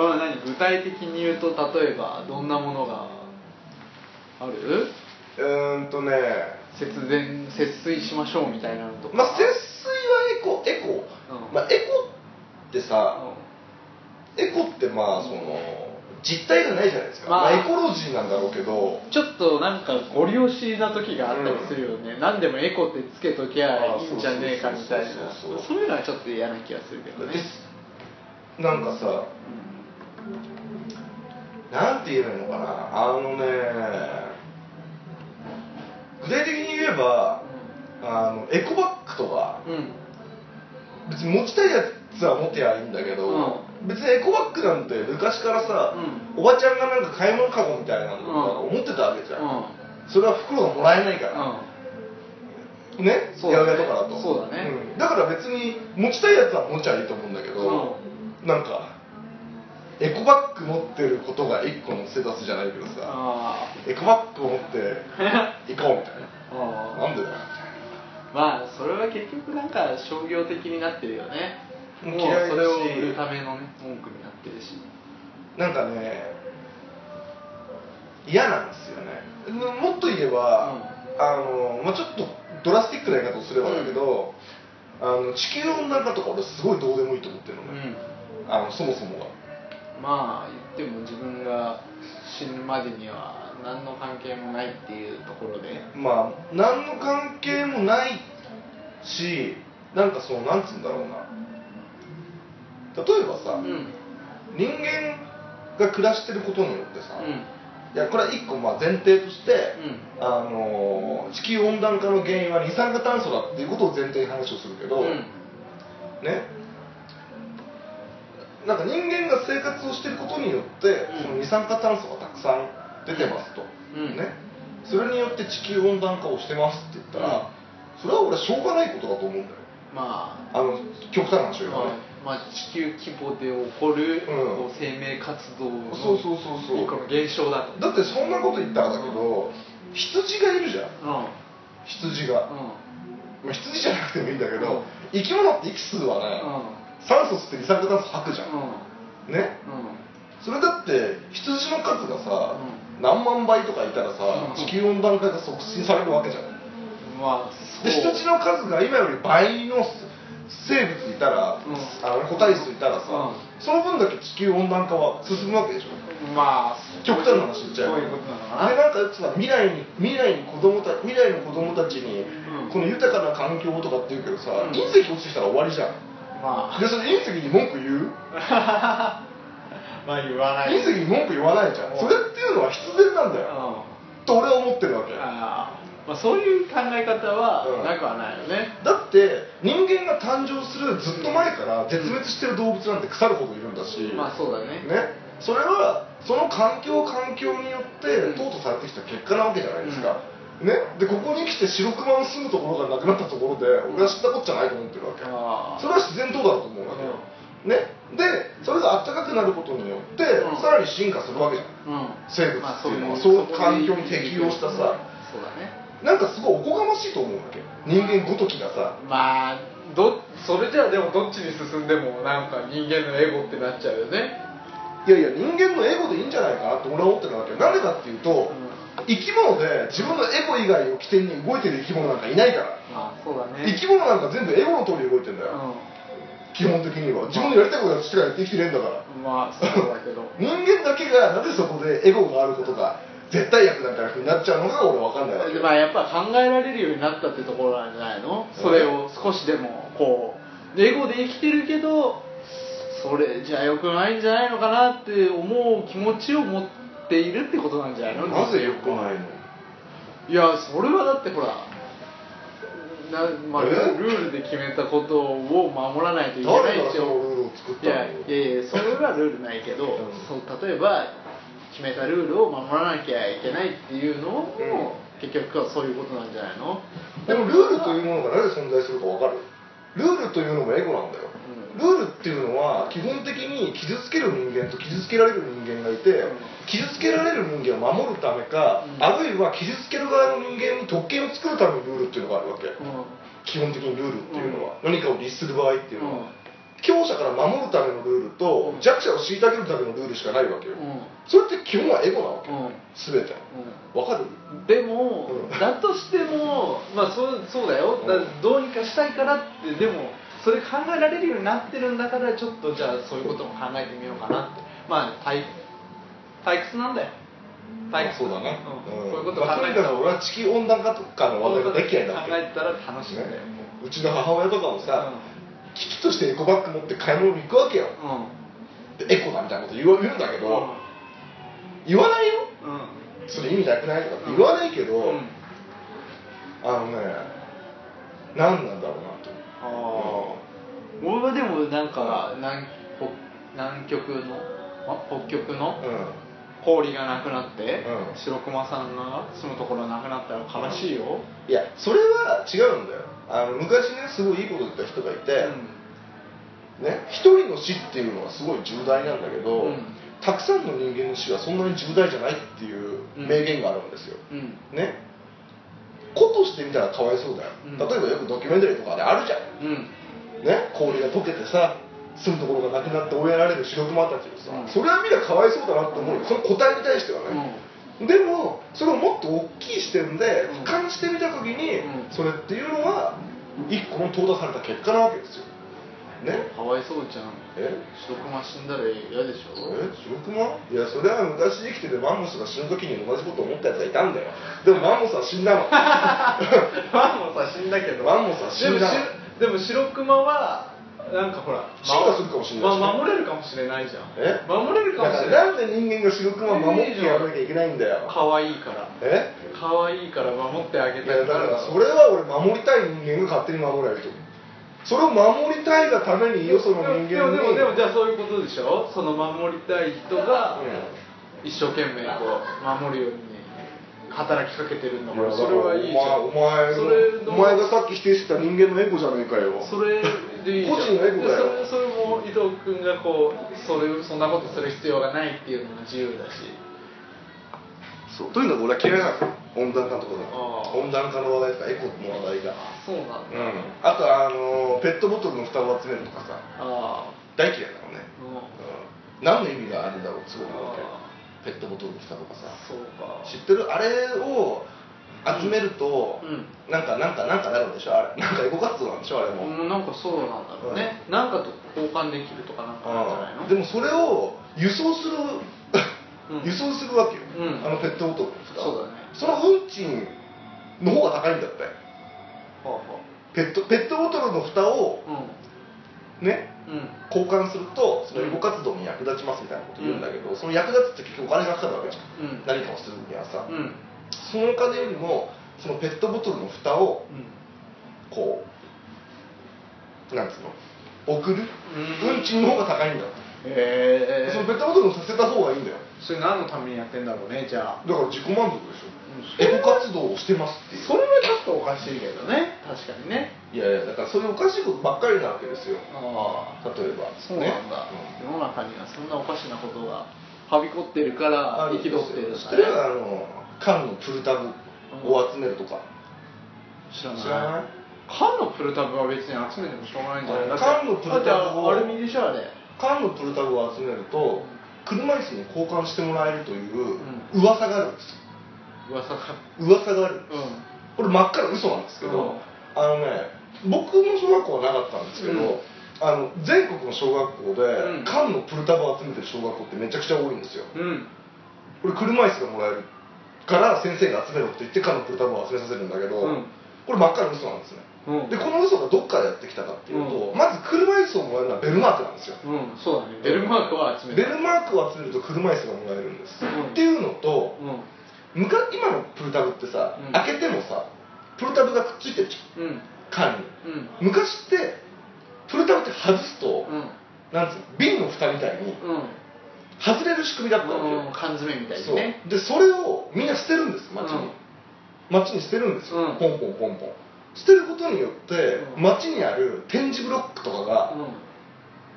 Speaker 1: ははは何具体的に言うと例えばどんなものがある
Speaker 2: うーんとね
Speaker 1: 節電節水しましょうみたいなのとか
Speaker 2: まあ節水はエコエコ、
Speaker 1: うん
Speaker 2: まあ、エコってさ、エコってまあその実体がないじゃないですか、
Speaker 1: ま
Speaker 2: ま
Speaker 1: あ
Speaker 2: あ、エコロジーなんだろうけど
Speaker 1: ちょっとなんかご利用しな時があったりするよね、何でもエコってつけときゃいいんじゃねえかみたいな
Speaker 2: そうそうそうそ
Speaker 1: そ
Speaker 2: う
Speaker 1: ういうのはちょっと嫌な気がするけどね
Speaker 2: ですなんかさなんて言えばいいのかなあのね具体的に言えばあのエコバッグとか
Speaker 1: うん、うん
Speaker 2: 別に持ちたいやつは持てばいいんだけど、
Speaker 1: う
Speaker 2: 別にエコバッグなんて昔からさ、おばちゃんがなんか買い物カゴみたいな
Speaker 1: う
Speaker 2: のを持ってたわけじゃん、
Speaker 1: うん
Speaker 2: それは袋がもらえないから、ね
Speaker 1: そう
Speaker 2: や
Speaker 1: だね
Speaker 2: るやとかだと
Speaker 1: そうだね
Speaker 2: んだから別に持ちたいやつは持っちゃいいと思うんだけ
Speaker 1: うん
Speaker 2: ど、なんかエコバッグ持ってることが一個のステータスじゃないけどさ、
Speaker 1: あ
Speaker 2: エコバッグを持って
Speaker 1: あ
Speaker 2: 行こうみたいな
Speaker 1: ああ
Speaker 2: なんでだよ
Speaker 1: まあそれは結局なんか商業的になってるよねもう
Speaker 2: 嫌いだし
Speaker 1: それを売るためのね文句になってるし
Speaker 2: なんかね嫌なんですよねもっと言えば、あのまあ、ちょっとドラスティックな言い方をすればだけど、あの地球温暖化とか俺すごいどうでもいいと思ってるの
Speaker 1: う
Speaker 2: ね、
Speaker 1: ん
Speaker 2: あのそもそもが
Speaker 1: まあ言っても自分が死ぬまでには何の関係もないっていうところで
Speaker 2: まあ何の関係もないしなんかそのなんつうんだろうな例えばさ、
Speaker 1: うん
Speaker 2: 人間が暮らしてることによってさ、
Speaker 1: うん
Speaker 2: いやこれは一個まあ前提として、
Speaker 1: う
Speaker 2: あのー地球温暖化の原因は二酸化炭素だっていうことを前提に話をするけど、
Speaker 1: うん
Speaker 2: ねなんか人間が生活をしてることによって、
Speaker 1: ん
Speaker 2: その二酸化炭素がたくさん出てますと、
Speaker 1: うん
Speaker 2: ね、それによって地球温暖化をしてますって言ったら、
Speaker 1: うん
Speaker 2: それは俺はしょうがないことだと思うんだよ
Speaker 1: まあ
Speaker 2: あの極端な話を言うとね、
Speaker 1: まあ、地球規模で起こる、
Speaker 2: う
Speaker 1: こう
Speaker 2: ん
Speaker 1: 生命活動の
Speaker 2: そうそうそうそう
Speaker 1: 一個の現象だと
Speaker 2: だってそんなこと言ったらだけど、羊がいるじゃん
Speaker 1: うんうん
Speaker 2: 羊が、まあ羊じゃなくてもいいんだけど、
Speaker 1: うん
Speaker 2: 生き物って息吸うわね、酸素吸って二酸化炭素吐くじゃん、
Speaker 1: うん
Speaker 2: ね
Speaker 1: うん
Speaker 2: それだって羊の数がさ、何万倍とかいたらさ、
Speaker 1: うん
Speaker 2: 地球温暖化が促進されるわけじゃん、
Speaker 1: うんまあそう
Speaker 2: で羊の数が今より倍の生物いたら、
Speaker 1: うん
Speaker 2: あの個体数いたらさ、
Speaker 1: うん
Speaker 2: その分だけ地球温暖化は進むわけでしょ
Speaker 1: まあ
Speaker 2: 極端な話言っちゃえば
Speaker 1: そういうことなのか
Speaker 2: で
Speaker 1: な
Speaker 2: なんかさ未来に未来に子供た未来の子供たち
Speaker 1: う
Speaker 2: に、
Speaker 1: ん
Speaker 2: この豊かな環境とかって言うけどさ、
Speaker 1: うん
Speaker 2: 隕石落ちてきたら終わりじゃん
Speaker 1: ま
Speaker 2: でそれ隕石に文句言う
Speaker 1: あまあ言わない
Speaker 2: 隕石に文句言わないじゃん、
Speaker 1: うん
Speaker 2: それっていうのは必然なんだ
Speaker 1: うん
Speaker 2: よ、と俺は思ってるわけ、
Speaker 1: あーまあそういう考え方は
Speaker 2: うん
Speaker 1: なくはないよね、
Speaker 2: だって人間が誕生するずっと前から絶滅してる動物なんて腐るほどいるんだし、
Speaker 1: まあそうだね
Speaker 2: ね、それはその環境環境によって
Speaker 1: うん
Speaker 2: 淘汰されてきた結果なわけじゃないですか、ね、でここに来て白熊の住むところがなくなったところで俺は知ったこっちゃないと思ってるわけ、
Speaker 1: あー
Speaker 2: それは自然淘汰だと思うわけよ、ね、でそれが暖かくなることによって、
Speaker 1: うん
Speaker 2: さらに進化するわけじゃ
Speaker 1: う
Speaker 2: ん
Speaker 1: ん
Speaker 2: 生物っていうのは
Speaker 1: まあ
Speaker 2: そう
Speaker 1: こに
Speaker 2: 環境に適応したさ
Speaker 1: そうだね
Speaker 2: なんかすごいおこがましいと思うわけ人間ごときがさ
Speaker 1: まあどそれじゃあでもどっちに進んでもなんか人間のエゴってなっちゃうよね
Speaker 2: いやいや人間のエゴでいいんじゃないかなって俺は思ってるわけよなんでかっていうと、
Speaker 1: う
Speaker 2: 生き物で自分のエゴ以外を起点に動いてる生き物なんかいないから、
Speaker 1: まあそうだね
Speaker 2: 生き物なんか全部エゴの通りに動いてんだ
Speaker 1: う
Speaker 2: よ、基本的には自分のやりたいことやってから生きてねえんだから
Speaker 1: んまあそうだけど
Speaker 2: 人間だけがなぜそこでエゴがあることが絶対役なんてふうになっちゃうのかが俺わかんないわけ
Speaker 1: まあやっぱ考えられるようになったってところなんじゃないのそれを少しでもこうエゴで生きてるけどそれじゃあよくないんじゃないのかなって思う気持ちを持っているってことなんじゃないの
Speaker 2: なぜ良くないの
Speaker 1: いやそれはだってほらな、まあ、ル
Speaker 2: え
Speaker 1: ールで決めたことを守らないといけない
Speaker 2: 誰
Speaker 1: っ
Speaker 2: が
Speaker 1: て
Speaker 2: そのルールを作っ
Speaker 1: い
Speaker 2: たの
Speaker 1: やいやいやそれはルールないけど、
Speaker 2: うん
Speaker 1: そう例えば決めたルールを守らなきゃいけないっていうのも、結局はそういうことなんじゃないの
Speaker 2: でもルールというものがなぜ存在するかわかるルールというのもエゴなんだよ、
Speaker 1: う
Speaker 2: ルールっていうのは基本的に傷つける人間と傷つけられる人間がいて、
Speaker 1: うん
Speaker 2: 傷つけられる人間を守るためか、
Speaker 1: うん
Speaker 2: あるいは傷つける側の人間に特権を作るためのルールっていうのがあるわ
Speaker 1: う
Speaker 2: け、基本的にルールっていうのは、何かを律する場合っていうのは、
Speaker 1: うん
Speaker 2: 強者から守るためのルールと、
Speaker 1: うん
Speaker 2: 弱者を虐げるためのルールしかないわけよ、
Speaker 1: んうん
Speaker 2: それって基本はエゴなわ
Speaker 1: う
Speaker 2: け、
Speaker 1: ん
Speaker 2: 全てわかる
Speaker 1: うんでも、
Speaker 2: うん
Speaker 1: だとしてもまあそうそうだよだ
Speaker 2: うん
Speaker 1: どうにかしたいからってでもそれ考えられるようになってるんだからちょっとじゃあそういうことも考えてみようかなってまあ対退屈なんだよ退屈
Speaker 2: そうだ
Speaker 1: ん
Speaker 2: な、
Speaker 1: こういうこと考
Speaker 2: まあと
Speaker 1: え
Speaker 2: に
Speaker 1: た
Speaker 2: からく俺は地球温暖化とかの話題が大嫌いだ
Speaker 1: 考
Speaker 2: わけ
Speaker 1: えたら楽しいんだよ、
Speaker 2: ねうちの母親とかもさ、機器としてエコバッグ持って買い物に行くわけよ
Speaker 1: うんうん
Speaker 2: でエコだみたいなこと言う言うんだけど、言わないよ
Speaker 1: うん
Speaker 2: それ意味なくないとかって言わないけど、
Speaker 1: うん
Speaker 2: あのね何なんだろうなと
Speaker 1: ああ俺はでもなんか南北南極のあ北極の
Speaker 2: うん、うん
Speaker 1: 氷がなくなって、
Speaker 2: うん
Speaker 1: 白熊さんが住むところなくなったら悲しいよ、
Speaker 2: いやそれは違うんだよあの昔ねすごいいいこと言った人がいて、ね一人の死っていうのはすごい重大なんだけど、
Speaker 1: うん
Speaker 2: たくさんの人間の死はそんなに重大じゃないっていう名言があるんですよ、
Speaker 1: うんうん
Speaker 2: ね子として見たらかわいそうだよ、
Speaker 1: うん
Speaker 2: 例えばよくドキュメンタリーとかであるじゃ
Speaker 1: う
Speaker 2: ん
Speaker 1: ん
Speaker 2: ね氷が溶けてさ住むところがなくなって追いやられる白熊たちをさ、
Speaker 1: うん
Speaker 2: それはみんなかわいそうだなって思うよその答えに対してはね、でもそれをもっと大きい視点で
Speaker 1: うん
Speaker 2: 俯瞰してみた時に、
Speaker 1: うん
Speaker 2: それっていうのは一個の淘汰された結果なわけですよね
Speaker 1: かわいそうじゃん
Speaker 2: え
Speaker 1: 白熊死んだら嫌でし
Speaker 2: え
Speaker 1: ょ
Speaker 2: 白熊いやそれは昔生きててマンモスが死ぬ時に同じこと思ったやつがいたんだよでもマンモスは死んだの
Speaker 1: ワンもさ死んだけど
Speaker 2: ワンもさ死んだ
Speaker 1: でもしでも白熊はなんかほら
Speaker 2: 進化するかもしれないしね
Speaker 1: ま守れるかもしれないじゃん守れるかもし
Speaker 2: えだから
Speaker 1: れない
Speaker 2: なんで人間が白熊を守ってやらなきゃいけないんだよ
Speaker 1: 可愛いから
Speaker 2: え
Speaker 1: 可愛いから守ってあげ
Speaker 2: い
Speaker 1: たい
Speaker 2: やだからそ
Speaker 1: れ
Speaker 2: れは俺守りたい人間が勝手に守れると思うそれを守りたいがためによその人間に
Speaker 1: でもでもでもじゃあそういうことでしょその守りたい人が一生懸命こう守るように働きかけてるんだ
Speaker 2: うん
Speaker 1: からそれはいいじゃん
Speaker 2: お前
Speaker 1: そ
Speaker 2: お
Speaker 1: れ
Speaker 2: 前のお前
Speaker 1: の
Speaker 2: がさっき否定してた人間のエゴじゃねえかよ
Speaker 1: それでいいじゃん
Speaker 2: 個人のエゴだ
Speaker 1: で
Speaker 2: よ
Speaker 1: それそれも伊藤君がこうそれそんなことする必要がないっていうのも自由だし
Speaker 2: そうというのが俺は嫌いなの温暖化のところ
Speaker 1: あー
Speaker 2: 温暖化の話題とかエコの話題が
Speaker 1: そうなんだ、
Speaker 2: うんあとあのペットボトルの蓋を集めるとかさ
Speaker 1: あ
Speaker 2: 大嫌いだもんね、
Speaker 1: あもう
Speaker 2: うん、何の意味があるんだろうすごく思って
Speaker 1: あ
Speaker 2: ペットボトルの蓋とかさ
Speaker 1: そうか
Speaker 2: 知ってるあれを集めると、
Speaker 1: うん
Speaker 2: なんかなんかなんかなるんでしょあれなんかエコ活動なんでしょあれも、
Speaker 1: もうなんかそうなんだろうね、なんかと交換できるとかなんかなんじゃないの
Speaker 2: でもそれを輸送する
Speaker 1: うん
Speaker 2: 輸送するわけよ、
Speaker 1: うん
Speaker 2: あのペットボトルの蓋
Speaker 1: そうだね
Speaker 2: その運賃の方が高いんだって
Speaker 1: はあは
Speaker 2: ペットペットボトルの蓋を
Speaker 1: あ
Speaker 2: ね
Speaker 1: うんうん
Speaker 2: 交換するとそのエコ活動に役立ちますみたいなこと言うんだけど、その役立つって結局お金がかかるわけじゃ
Speaker 1: う
Speaker 2: ん、
Speaker 1: ん
Speaker 2: 何かをするにはさ、
Speaker 1: うん
Speaker 2: そのお金よりもそのペットボトルの蓋をこうなんつうの送る
Speaker 1: うん
Speaker 2: 運賃の方が高いんだって、
Speaker 1: へえ
Speaker 2: そのペットボトルをさせた方がいいんだよ
Speaker 1: それ何のためにやってんだろうねじゃあ
Speaker 2: だから自己満足でし
Speaker 1: うん
Speaker 2: ょエコ活動をしてますっていう
Speaker 1: それはちょっとおかしいけどね確かにね
Speaker 2: いやいやだからそういうおかしいことばっかりなわけですよ
Speaker 1: あ
Speaker 2: 例えば
Speaker 1: そうなんだ、世の中にはそんなおかしなことがはびこってるから生き取ってるんだね
Speaker 2: 知ってるあの缶のプルタブを集めるとか、
Speaker 1: 知らない
Speaker 2: 知らない
Speaker 1: 缶のプルタブは別に集めてもしょうがないんじゃないだって
Speaker 2: 缶のプルタブを
Speaker 1: だってアルミでしょあれ
Speaker 2: 缶のプルタブを集めると車椅子に交換してもらえるという
Speaker 1: うん
Speaker 2: 噂があるんです
Speaker 1: 噂が
Speaker 2: よ噂がある
Speaker 1: うん
Speaker 2: これ真っ赤な嘘なんですけど、
Speaker 1: うん
Speaker 2: あのね僕の小学校はなかったんですけど、
Speaker 1: うん
Speaker 2: あの全国の小
Speaker 1: う
Speaker 2: 学校
Speaker 1: ん
Speaker 2: で缶のプルタブを集めてる小学校ってめちゃくちゃ多いんですよ
Speaker 1: うん
Speaker 2: これ車椅子がもらえるから先生が集めろって言って缶のプルタブを集めさせるんだけど、
Speaker 1: うん
Speaker 2: これ真っ赤な嘘なんですね
Speaker 1: うん
Speaker 2: でこの嘘がどっからやってきたかっていうと、まず車椅子をもらえるのはベルマークなんですよ
Speaker 1: うんそうだねベルマークは集めて
Speaker 2: ベルマークを集めると車椅子がもらえるんです、
Speaker 1: うん
Speaker 2: っていうのと
Speaker 1: うん
Speaker 2: むか今のプルタブってさ、
Speaker 1: うん
Speaker 2: 開けてもさプルタブがくっついてるじゃ
Speaker 1: うん
Speaker 2: ん缶に
Speaker 1: うん
Speaker 2: 昔ってプルタブって外すと、
Speaker 1: うん
Speaker 2: なんつうの瓶の蓋みたいに
Speaker 1: うん
Speaker 2: 外れる仕組みだったわけよ、
Speaker 1: うん缶詰みたいに
Speaker 2: そう
Speaker 1: ね
Speaker 2: でそれをみんな捨てるんです街に、
Speaker 1: うん
Speaker 2: 街に捨てるんですよ、
Speaker 1: うん
Speaker 2: ポンポンポンポン捨てることによって
Speaker 1: うん
Speaker 2: 街にある点字ブロックとかが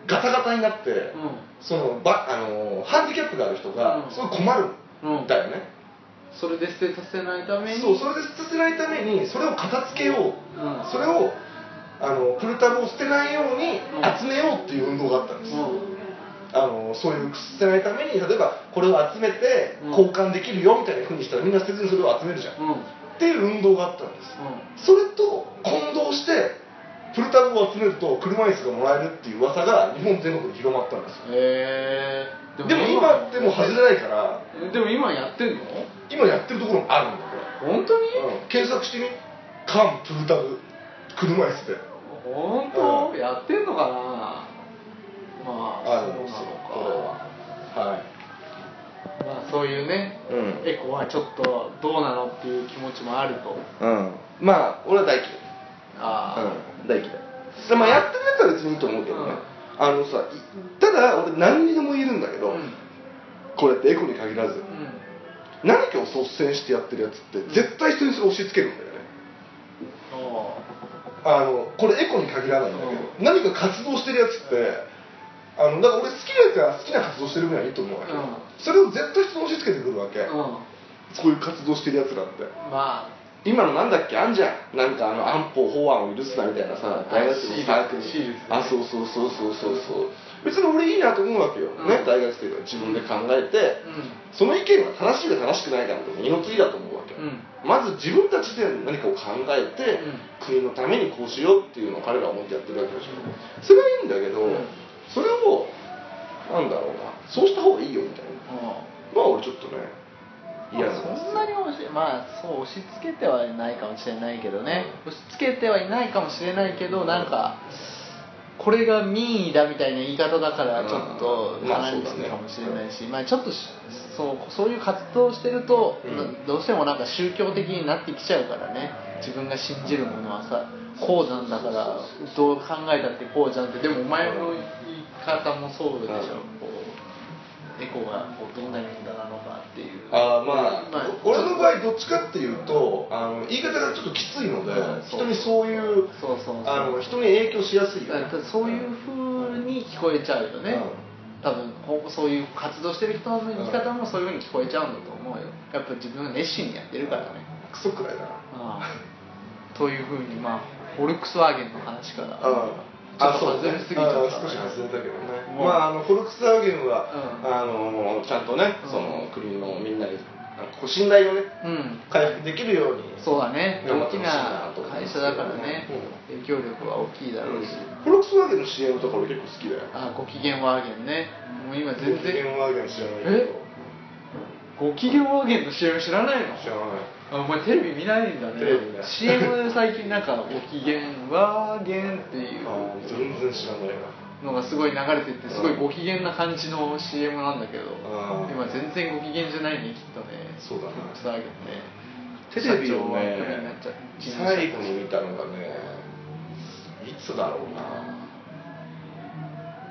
Speaker 2: ガタガタになって、
Speaker 1: う
Speaker 2: そのばあのーハンディキャップがある人
Speaker 1: う
Speaker 2: が
Speaker 1: ん
Speaker 2: すごい困る
Speaker 1: んうん
Speaker 2: んだよね、
Speaker 1: それで捨てさせないために
Speaker 2: そうそれで捨てないためにそれを片付けよう、
Speaker 1: うん
Speaker 2: それをあのプルタブを捨てないように
Speaker 1: うん
Speaker 2: 集めようっていう運動があったんです、
Speaker 1: うん
Speaker 2: あのそういう捨てないために例えばこれを集めて
Speaker 1: うん
Speaker 2: 交換できるよみたいなふうにしたらみんな捨てずにそれを集めるじゃ
Speaker 1: う
Speaker 2: ん、っ
Speaker 1: んうん
Speaker 2: ていう運動があったんですそれと混同してプルタブを集めると車椅子がもらえるっていう噂が日本全国に広まったんですよ
Speaker 1: へえ
Speaker 2: でも今ってもう外れないから
Speaker 1: でも今やってんの
Speaker 2: 今やってるところもあるんだよ
Speaker 1: 本当に、
Speaker 2: うん検索してみカンプータブ車椅子で
Speaker 1: 本当、やってんのかなまあそうなの
Speaker 2: これは
Speaker 1: か
Speaker 2: はい
Speaker 1: まあそういうね、
Speaker 2: うん
Speaker 1: エコはちょっとどうなのっていう気持ちもあると
Speaker 2: うんまあ俺は大嫌い
Speaker 1: ああ、
Speaker 2: うん大嫌いでまあやってるやつは別にいいと思うけどね、あのさいただ俺何にでも言えるんだけど、
Speaker 1: うん
Speaker 2: これってエコに限らず
Speaker 1: うん
Speaker 2: 何かを率先してやってるやつって絶対人にそれ押し付けるんだよね
Speaker 1: あ
Speaker 2: あのこれエコに限らないんだけど、何か活動してるやつってあのだから俺好きなやつは好きな活動してるぐらいいいと思うわけ、
Speaker 1: うん
Speaker 2: それを絶対人に押し付けてくるわけ、
Speaker 1: あうん
Speaker 2: そういう活動してるやつらって
Speaker 1: まあ
Speaker 2: 今のなんだっけあんじゃんなんかあの安保法案を許すなみたいな
Speaker 1: あ
Speaker 2: さ大学生のサークル
Speaker 1: シールですね
Speaker 2: あそうそうそうそうそうそう別に俺いいなと思うわけよ、
Speaker 1: うん
Speaker 2: ね大学生が自分で考えて、
Speaker 1: う
Speaker 2: その意見が正しいか正しくないかなんて命だと思うわけ、
Speaker 1: うん
Speaker 2: まず自分たちで何かを考えて、
Speaker 1: うん
Speaker 2: 国のためにこうしようっていうのを彼らは思ってやってるわけでしょそれはいいんだけど、
Speaker 1: うん
Speaker 2: それをなんだろうなそうした方がいいよみたいなまあ俺ちょっとね嫌なんですよ
Speaker 1: そんなに押しまあそう押し付けてはいないかもしれないけどね押し付けてはいないかもしれないけどなんかこれが民意だみたいな言い方だからちょっと
Speaker 2: うんまあ
Speaker 1: 離れて
Speaker 2: そうだね
Speaker 1: るかもしれないし、まあちょっとしそうそういう活動をしてると、
Speaker 2: うん
Speaker 1: どうしてもなんか宗教的になってきちゃうからね自分が信じるものはさこうなんだからどう考えたってこうじゃんってでもお前の言い方もそうでしょ、
Speaker 2: うん
Speaker 1: こうエコがこうどんなに無駄なのかっていう
Speaker 2: あーまあ、
Speaker 1: まあ
Speaker 2: 俺の場合どっちかっていうとあの言い方がちょっときついので、
Speaker 1: うんそう
Speaker 2: 人にそういう
Speaker 1: そうそうそう
Speaker 2: あの人に影響しやすいよ
Speaker 1: だ
Speaker 2: ね
Speaker 1: からそういう風に聞こえちゃうよね、多分こうそういう活動してる人の生き方もそういう風に聞こえちゃうんだと思うよやっぱ自分が熱心にやってるからね、
Speaker 2: クソくらいだな
Speaker 1: ああという風にまあフォルクスワーゲンの話から
Speaker 2: あ
Speaker 1: ちょっと外れすぎちゃった
Speaker 2: あー少し外れたけどね、
Speaker 1: うん
Speaker 2: まああのフォルクスワーゲンは、
Speaker 1: うん
Speaker 2: あのちゃんとね、
Speaker 1: うん
Speaker 2: その国のみんなにあのこう信頼をね
Speaker 1: うん
Speaker 2: 回復できるように
Speaker 1: そうだね
Speaker 2: 頑張っ
Speaker 1: 大き
Speaker 2: てほしいな
Speaker 1: な
Speaker 2: と思
Speaker 1: 会
Speaker 2: います
Speaker 1: 社だからね、
Speaker 2: う
Speaker 1: 影響力は大きいだろうし、
Speaker 2: フォルクスワーゲンの CM とか俺結構好きだよ
Speaker 1: ああご機嫌ワーゲンねもう今全
Speaker 2: フォルクス
Speaker 1: 然
Speaker 2: ワーゲン知らな
Speaker 1: え
Speaker 2: いけど
Speaker 1: ご機嫌ワーゲンの CM 知らないの
Speaker 2: 知らない
Speaker 1: あお前テレビ見ないんだね
Speaker 2: テレビ見ない
Speaker 1: CM 最近なんか「ご機嫌わーげん」ってい
Speaker 2: あ
Speaker 1: う
Speaker 2: ー全然知らないな
Speaker 1: のがすごい流れててすごいご機嫌な感じの CM なんだけど
Speaker 2: うん
Speaker 1: 今全然ご機嫌じゃないねきっとね
Speaker 2: そうだね
Speaker 1: 草げて
Speaker 2: テレビ
Speaker 1: 社
Speaker 2: を
Speaker 1: 長はクビにな
Speaker 2: ね
Speaker 1: っちゃう
Speaker 2: 最後に見たのがねいつだろうな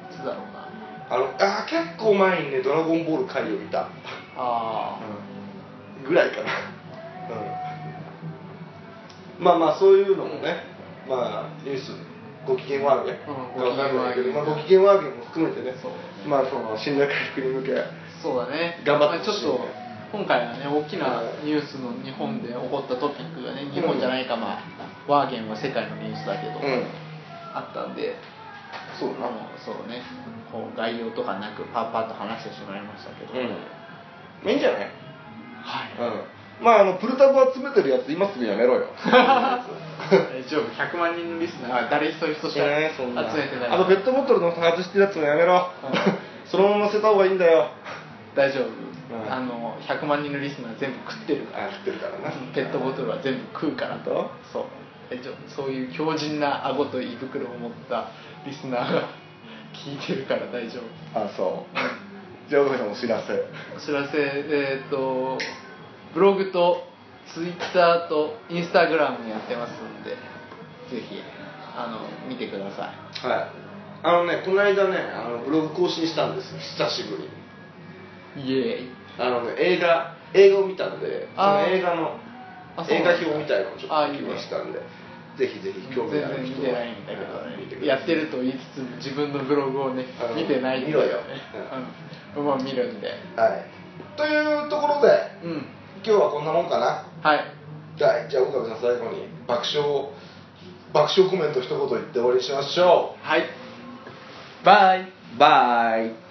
Speaker 2: い
Speaker 1: つだろうな
Speaker 2: あのあー結構前にね「ドラゴンボール回」を見た
Speaker 1: あ
Speaker 2: ぐらいかな、うん、まあまあそういうのもねまあニュースご機嫌ワーゲン
Speaker 1: うん
Speaker 2: がわかんないけど、
Speaker 1: ご機嫌ワーゲン
Speaker 2: まあ、ご機嫌ワーゲンも含めてね
Speaker 1: そうね
Speaker 2: まあその信頼回復に向け
Speaker 1: あそうだね
Speaker 2: 頑張っ
Speaker 1: ま
Speaker 2: て
Speaker 1: あちょっ
Speaker 2: ほしい
Speaker 1: と
Speaker 2: ね
Speaker 1: 今回はね大きなニュースの日本で起こったトピックがね日本じゃないかまあワーゲンは世界のニュースだけど、
Speaker 2: うん
Speaker 1: あったんで
Speaker 2: そうだな
Speaker 1: もうそうねこう概要とかなくパッパッと話してしまいましたけど、
Speaker 2: うんまあいいんじゃない
Speaker 1: はい、
Speaker 2: うんまああのプルタブ集めてるやつ今すぐやめろ よ
Speaker 1: 大丈夫100万人のリスナーは誰一人として集めてない
Speaker 2: あとペットボトルの外してるやつもやめろ、
Speaker 1: う
Speaker 2: そのまま捨てた方がいいんだよ
Speaker 1: 大丈夫、
Speaker 2: うん
Speaker 1: あの100万人のリスナー全部食ってるから
Speaker 2: あってるからな
Speaker 1: ペットボトルは全部食うから
Speaker 2: 本
Speaker 1: そう大丈夫そういう強靭な顎と胃袋を持ったリスナーが聞いてるから大 丈夫
Speaker 2: あそうじゃあ岡部さんお知らせ
Speaker 1: お知らせえっ、とブログとツイッターとインスタグラムやってますんでぜひあの見てください
Speaker 2: はいあのねこの間ねあのブログ更新したんですよ久しぶりに
Speaker 1: イエーイ
Speaker 2: あのね映画映画を見たんでそ
Speaker 1: あ
Speaker 2: の
Speaker 1: ー
Speaker 2: 映画の
Speaker 1: あそう
Speaker 2: 映
Speaker 1: な
Speaker 2: 画
Speaker 1: んだ
Speaker 2: 表みたいなのをちょっと
Speaker 1: あいい
Speaker 2: 書き
Speaker 1: ね
Speaker 2: ましたんでぜひぜひ興
Speaker 1: 全
Speaker 2: 味あ
Speaker 1: 然
Speaker 2: る
Speaker 1: 見
Speaker 2: 人は
Speaker 1: てないんだけど
Speaker 2: 見て
Speaker 1: ね
Speaker 2: くだ
Speaker 1: や
Speaker 2: さ
Speaker 1: っ
Speaker 2: い
Speaker 1: てると言いつつ自分のブログをね
Speaker 2: あの
Speaker 1: 見てないんだ
Speaker 2: 見ろよ
Speaker 1: うんまあ見るんで
Speaker 2: はいというところで
Speaker 1: うん
Speaker 2: 今日はこんなもんかな
Speaker 1: はい
Speaker 2: じゃあじゃあ岡部さん最後に爆笑爆笑コメント一言言って終わりにしましょ
Speaker 1: はいバイ
Speaker 2: うバイ